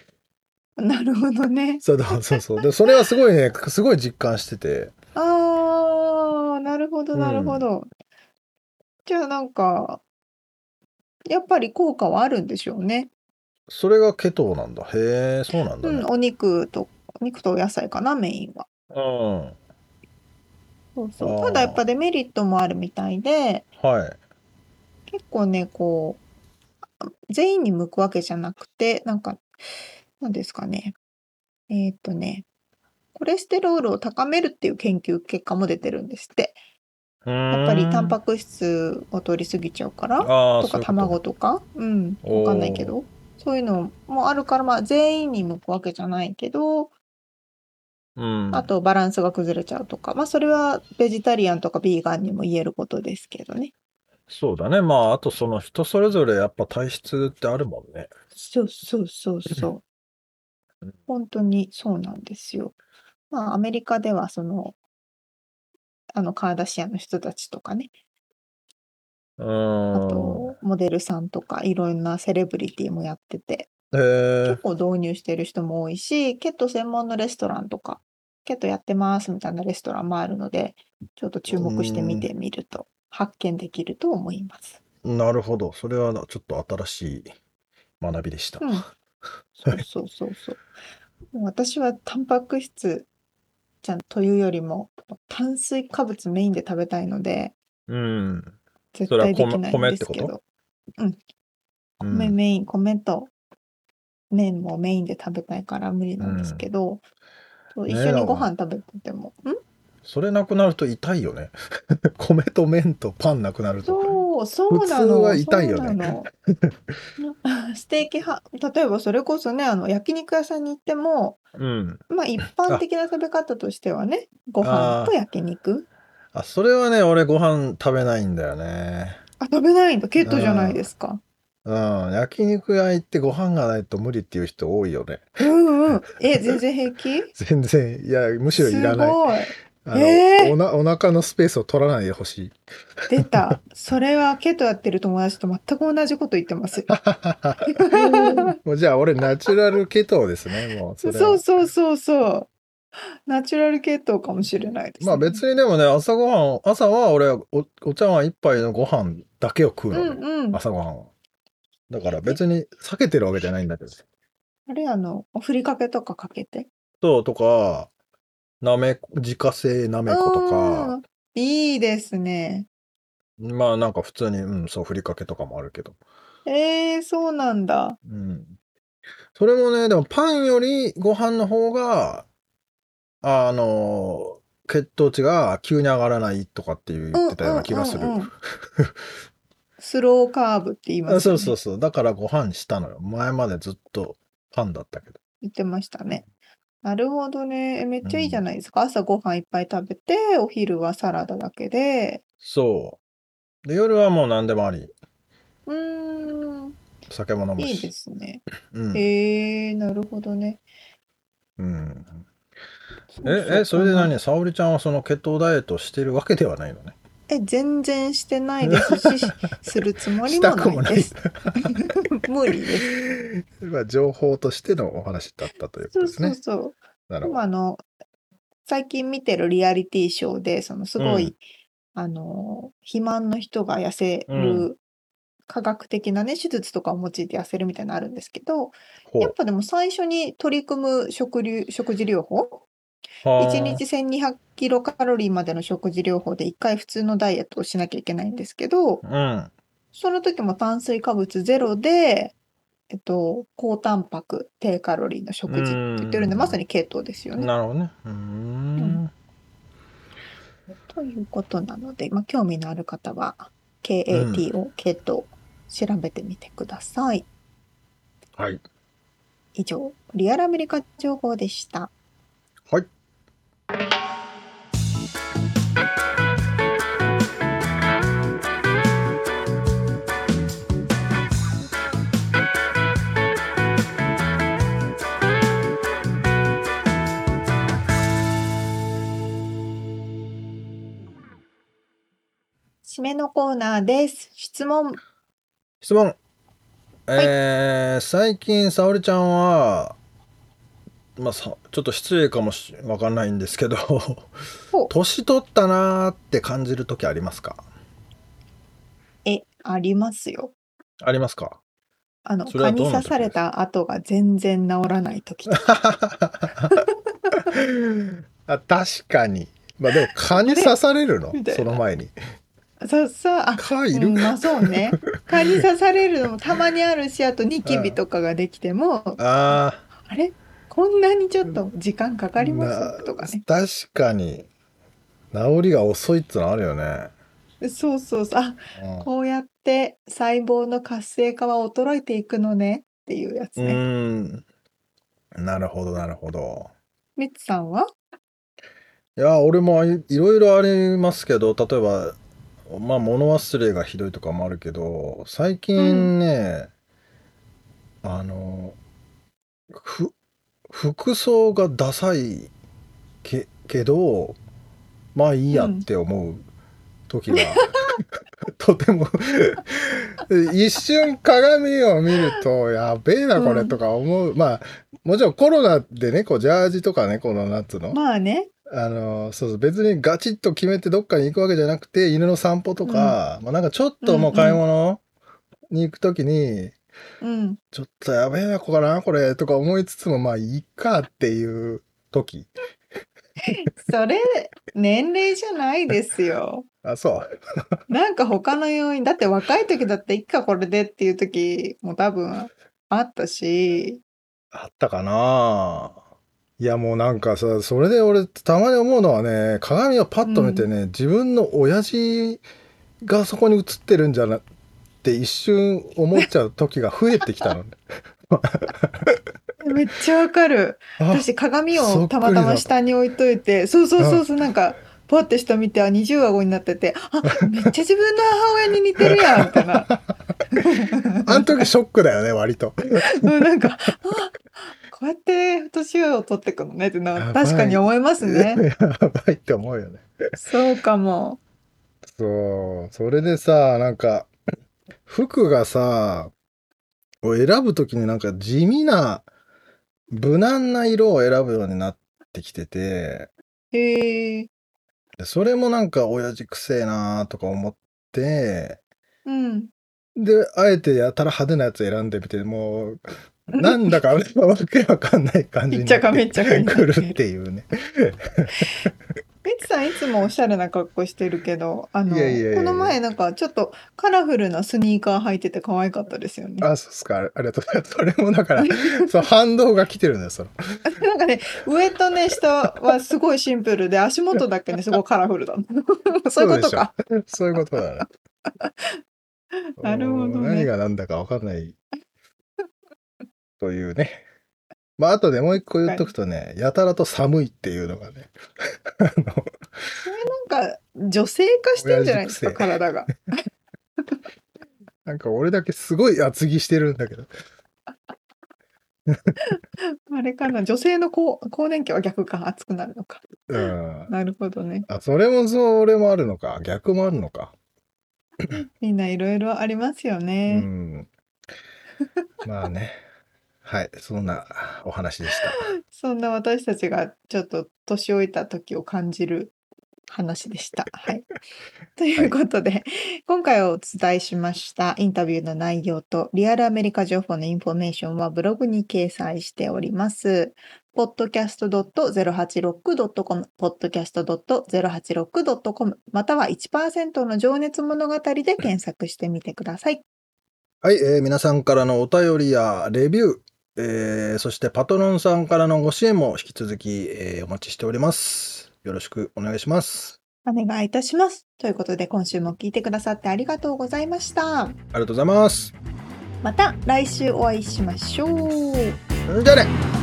Speaker 1: なるほどね。なるほどね。
Speaker 4: そうだそうそう。で、それはすごいね、すごい実感してて、
Speaker 1: ああ、なるほど、なるほど。じゃあ、なんか、やっぱり効果はあるんでしょうね。
Speaker 4: それがケトなんだ。へえ、そうなんだ
Speaker 1: うん、
Speaker 4: ね。
Speaker 1: お肉と、お肉とお野菜かな、メインは。
Speaker 4: うん。
Speaker 1: そうそう
Speaker 4: あー
Speaker 1: ただやっぱデメリットもあるみたいで、
Speaker 4: はい。
Speaker 1: 結構ね、こう、全員に向くわけじゃなくて、なんか、なんですかね。えーっとね、コレステロールを高めるっていう研究結果も出てるんですって。や
Speaker 4: や
Speaker 1: っぱりタン
Speaker 4: ク
Speaker 1: パク質を取り過ぎちゃうから、
Speaker 4: あー
Speaker 1: とか
Speaker 4: そういうこと
Speaker 1: 卵とか、うん、
Speaker 4: おー
Speaker 1: わかんないけど、そういうのもあるから、まあ全員に向くわけじゃないけど、
Speaker 4: うん。
Speaker 1: あとバランスが崩れちゃうとか、まあそれはベジタリアンとかビーガンにも言えることですけどね。
Speaker 4: そうだね。まあ、あとその人それぞれやっぱ体質ってあるもんね。。
Speaker 1: そうそうそうそううん本当にそうなんですよ。まあアメリカではその、あのカーダシアンの人たちとかね、
Speaker 4: う
Speaker 1: あ
Speaker 4: ーん。
Speaker 1: とモデルさんとかいろんなセレブリティもやってて、
Speaker 4: えー
Speaker 1: 結、構導入してる人も多いし、ケット専門のレストランとか、ケットやってますみたいなレストランもあるので、ちょっと注目して見てみると、発見できると思います。
Speaker 4: なるほど。それはちょっと新しい学びでした。
Speaker 1: うん。そうそうそうそう。もう私はタンパク質じゃんというよりも、炭水化物メインで食べたいので、
Speaker 4: うん。
Speaker 1: 絶
Speaker 4: それ
Speaker 1: 対
Speaker 4: は
Speaker 1: で
Speaker 4: 米
Speaker 1: きないん
Speaker 4: 米っ
Speaker 1: で
Speaker 4: て
Speaker 1: す
Speaker 4: こ
Speaker 1: け
Speaker 4: と
Speaker 1: ど。うん。
Speaker 4: うん
Speaker 1: 米メイン、米と麺もメインで食べたいから無理なんですけど、そう
Speaker 4: ねえ
Speaker 1: 一緒にご飯食べてても、ん
Speaker 4: それなくなると痛いよね。 米と麺とパンなくなると。
Speaker 1: そう、そうな
Speaker 4: 普
Speaker 1: の。
Speaker 4: 通は痛いよね
Speaker 1: そうな のステーキは、例えばそれこそね、あの焼肉屋さんに行っても、
Speaker 4: うん。
Speaker 1: まあ一般的な食べ方としてはね、ご飯と焼肉。
Speaker 4: あ、それはね、俺ご飯食べないんだよね。
Speaker 1: あ、食べないんだ。ケットじゃないですか。
Speaker 4: うん。焼肉屋行ってご飯がないと無理っていう人多いよね。
Speaker 1: うんうん。え、全然平気
Speaker 4: 全然、いや、むしろいらない
Speaker 1: す。ごい。
Speaker 4: あの
Speaker 1: えー
Speaker 4: おなお腹のスペースを取らないでほしい。
Speaker 1: 出た。それはケットやってる友達と全く同じこと言ってます。
Speaker 4: もうじゃあ俺ナチュラルケトですね。もうそれ は
Speaker 1: そうそうそうそう。ナチュラル系統かもしれないですね。
Speaker 4: まあ別にでもね朝ごはん朝は俺はおお茶碗一杯のご飯だけを食うのね、
Speaker 1: うんうん。
Speaker 4: 朝ごはんは。だから別に避けてるわけじゃないんだけど。
Speaker 1: あれあの、おふりかけとかかけて。
Speaker 4: そうとかなめこ自家製なめこと
Speaker 1: う
Speaker 4: か
Speaker 1: んいいですね。
Speaker 4: まあなんか普通にうんそうふりかけとかもあるけど。
Speaker 1: えー、そうなんだ。
Speaker 4: うん。それもねでもパンよりご飯の方があの血糖値が急に上がらないとかっていう言ってたような気がする。
Speaker 1: うんうんうんうんスローカーブって言います、
Speaker 4: あ
Speaker 1: ね。
Speaker 4: そうそうそう。だからご飯したのよ。前までずっとパンだったけど。
Speaker 1: 言ってましたね。なるほどね。えめっちゃいいじゃないですか。朝ご飯いっぱい食べて、お昼はサラダだけで。
Speaker 4: そう。で、夜はもう何でもあり。
Speaker 1: うーん、
Speaker 4: 酒も飲むし。
Speaker 1: いいですね。
Speaker 4: うん。
Speaker 1: へえー、なるほどね。
Speaker 4: うん、
Speaker 1: そ
Speaker 4: え
Speaker 1: う、
Speaker 4: え、それで
Speaker 1: この
Speaker 4: 何沙織ちゃんはその血糖ダイエットしてるわけではないのね。
Speaker 1: え、全然してないです し、しするつもり
Speaker 4: したく
Speaker 1: も
Speaker 4: も
Speaker 1: な
Speaker 4: ないい
Speaker 1: です。 無理です。
Speaker 4: まあ情報としてのお話だったということ
Speaker 1: そう
Speaker 4: です
Speaker 1: そう
Speaker 4: ね。
Speaker 1: そう。
Speaker 4: な
Speaker 1: で
Speaker 4: る
Speaker 1: も
Speaker 4: ほど。
Speaker 1: あの最近見てるリアリティショーでそのすごい、
Speaker 4: うん
Speaker 1: あの肥満の人が痩せる、
Speaker 4: うん
Speaker 1: 科学的なね手術とかを用いて痩せるみたいなのあるんですけど
Speaker 4: ほ
Speaker 1: やっぱでも最初に取り組む食流食事療法
Speaker 4: う。はあ
Speaker 1: 1日1200キロカロリーまでの食事療法で1回普通のダイエットをしなきゃいけないんですけど
Speaker 4: うん。
Speaker 1: その時も炭水化物ゼロで、えっと、高タンパク低カロリーの食事って言ってるんで
Speaker 4: うん
Speaker 1: まさにケ糖ですよね。
Speaker 4: なるほどね。うーん。
Speaker 1: ということなので、まあ、興味のある方は KAT を、系統調べてみてください。
Speaker 4: はい。
Speaker 1: 以上、リアルアメリカ情報でした。
Speaker 4: はい。
Speaker 1: 締めのコーナーです。質問。
Speaker 4: 質問。えー、最近、沙織ちゃんは、まあ、さちょっと失礼かもしわかんないんですけど
Speaker 1: ほう、
Speaker 4: 年取ったなーって感じる時ありますか
Speaker 1: え、ありますよ。
Speaker 4: ありますか
Speaker 1: あの、
Speaker 4: それは
Speaker 1: 蚊
Speaker 4: ど
Speaker 1: に
Speaker 4: んな
Speaker 1: 刺
Speaker 4: 時
Speaker 1: された跡が全然治らない 時とか。
Speaker 4: あ確かに。まあでも、蚊に刺されるの
Speaker 1: みたいな
Speaker 4: その前に。
Speaker 1: そうそう、あ、
Speaker 4: 蚊いる、
Speaker 1: うん、まあそう ね。蚊に刺されるのもたまにあるし、あとニキビとかができても、あ
Speaker 4: ああ。
Speaker 1: れこんなにちょっと時間かかりま
Speaker 4: な
Speaker 1: すとかね。
Speaker 4: 確かに、治りが遅いってのあるよね。
Speaker 1: そうそうそう。あ、
Speaker 4: うん
Speaker 1: こうやって細胞の活性化は衰えていくのねっていうやつ
Speaker 4: う
Speaker 1: ね。
Speaker 4: ーん。なるほど、なるほど。
Speaker 1: ミッツさんはい
Speaker 4: や、俺もあいいろいろありますけど、例えば、まあ、物忘れがひどいとかもあるけど、最近ね、あの、ふ、服装がダサいけ、けど、まあいいやって思う時が、とても 一瞬鏡を見ると、やべえな、これとか思う。まあ、もちろんコロナでね、こう、ジャージとかね、このなんつうの。
Speaker 1: まあね。
Speaker 4: あの、そうそう、別にガチッと決めてどっかに行くわけじゃなくて、犬の散歩とか、まあなんかちょっともう買い物に行くときに、
Speaker 1: うん。
Speaker 4: ちょっとやべえな、こかな、これ、とか思いつつも、まあ、いいかっていう時。
Speaker 1: それ、年齢じゃないですよ。
Speaker 4: あ、 そう。
Speaker 1: なんか他の要因、だって若い時だって、いっかこれでっていう時も多分あったし、
Speaker 4: あったかないや、もうなんかさ、それで俺、たまに思うのはね、鏡をパッと見てね、自分の親父がそこに映ってるんじゃなって一瞬思っちゃう時が増えてきたの。
Speaker 1: めっちゃわかる。
Speaker 4: あ
Speaker 1: 私、鏡
Speaker 4: そっくり
Speaker 1: を
Speaker 4: だ
Speaker 1: たまたま下に置いといて、そうそうそうそう、なんか、ぽって下見て、あ、二重顎になってて、あ、めっちゃ自分の母親に似てるやん、みたい な。
Speaker 4: あの時ショックだよね、割と。
Speaker 1: うん、なんか、あこうやって年を取ってくのねって
Speaker 4: やば
Speaker 1: な、
Speaker 4: い
Speaker 1: 確かに思いますね。
Speaker 4: やばいって思うよね。
Speaker 1: そうかも。
Speaker 4: そう。それでさ、なんか、服がさ、を選ぶときになんか地味な、無難な色を選ぶようになってきてて、
Speaker 1: へえ。
Speaker 4: でそれもなんか親父くせえなとか思って、
Speaker 1: うん。
Speaker 4: で、あえてやたら派手なやつ選んでみて、もう、なんだかあれはわけわかんない感じになって
Speaker 1: いっちゃかめっちゃかになって
Speaker 4: く
Speaker 1: る
Speaker 4: るっていうね。
Speaker 1: ベッツさんいつもおしゃれな格好してるけど、あの、
Speaker 4: いやいやいやいや
Speaker 1: この前なんかちょっとカラフルなスニーカー履いてて可愛かったですよね。
Speaker 4: あ、そうっすか。ありがとうございます。それ もだから、そう、反動が来てるんだよ、その。
Speaker 1: なんかね、上とね、下はすごいシンプルで、足元だけ ね、すごいカラフルだった。そういうことか。
Speaker 4: そういうことだね。
Speaker 1: なるほどね
Speaker 4: もう何が何だか分かんない。というね。まあ、あとでもう一個言っとくとね、やたらと寒いっていうのがね。
Speaker 1: なんか、女性化してんじゃないですか、
Speaker 4: 親父癖
Speaker 1: 体が。
Speaker 4: なんか俺だけすごい厚着してるんだけど。
Speaker 1: あれかな、女性の更更年期は逆か、熱くなるのか。
Speaker 4: うん。
Speaker 1: なるほどね。
Speaker 4: あ、それもそれもあるのか。逆もあるのか。
Speaker 1: みんないろいろありますよ
Speaker 4: う
Speaker 1: ね。
Speaker 4: ん。まあね。はい。そんなお話でし
Speaker 1: そんな私たちがちょっと年老いた時を感じる話で した。はい。ということで、今回お伝えしましたインタビューの内容とリアルアメリカ情報のインフォメーションはブログに掲載しております。podcast.086.com、podcast.086.com、または1%の情熱物語で検索してみてください。
Speaker 4: た。はい、えー皆さんからのお便りやレビュー、えーそしてパトロンさんからのご支援も引き続き、えーお待ちしております。よろしくお願いします。
Speaker 1: お願いいたします。ということで、今週も聞いてくださってありがとうございました。
Speaker 4: ありがとうございます。
Speaker 1: また来週お会いしましょう。
Speaker 4: じゃあ
Speaker 1: バ
Speaker 4: ね
Speaker 1: イバイ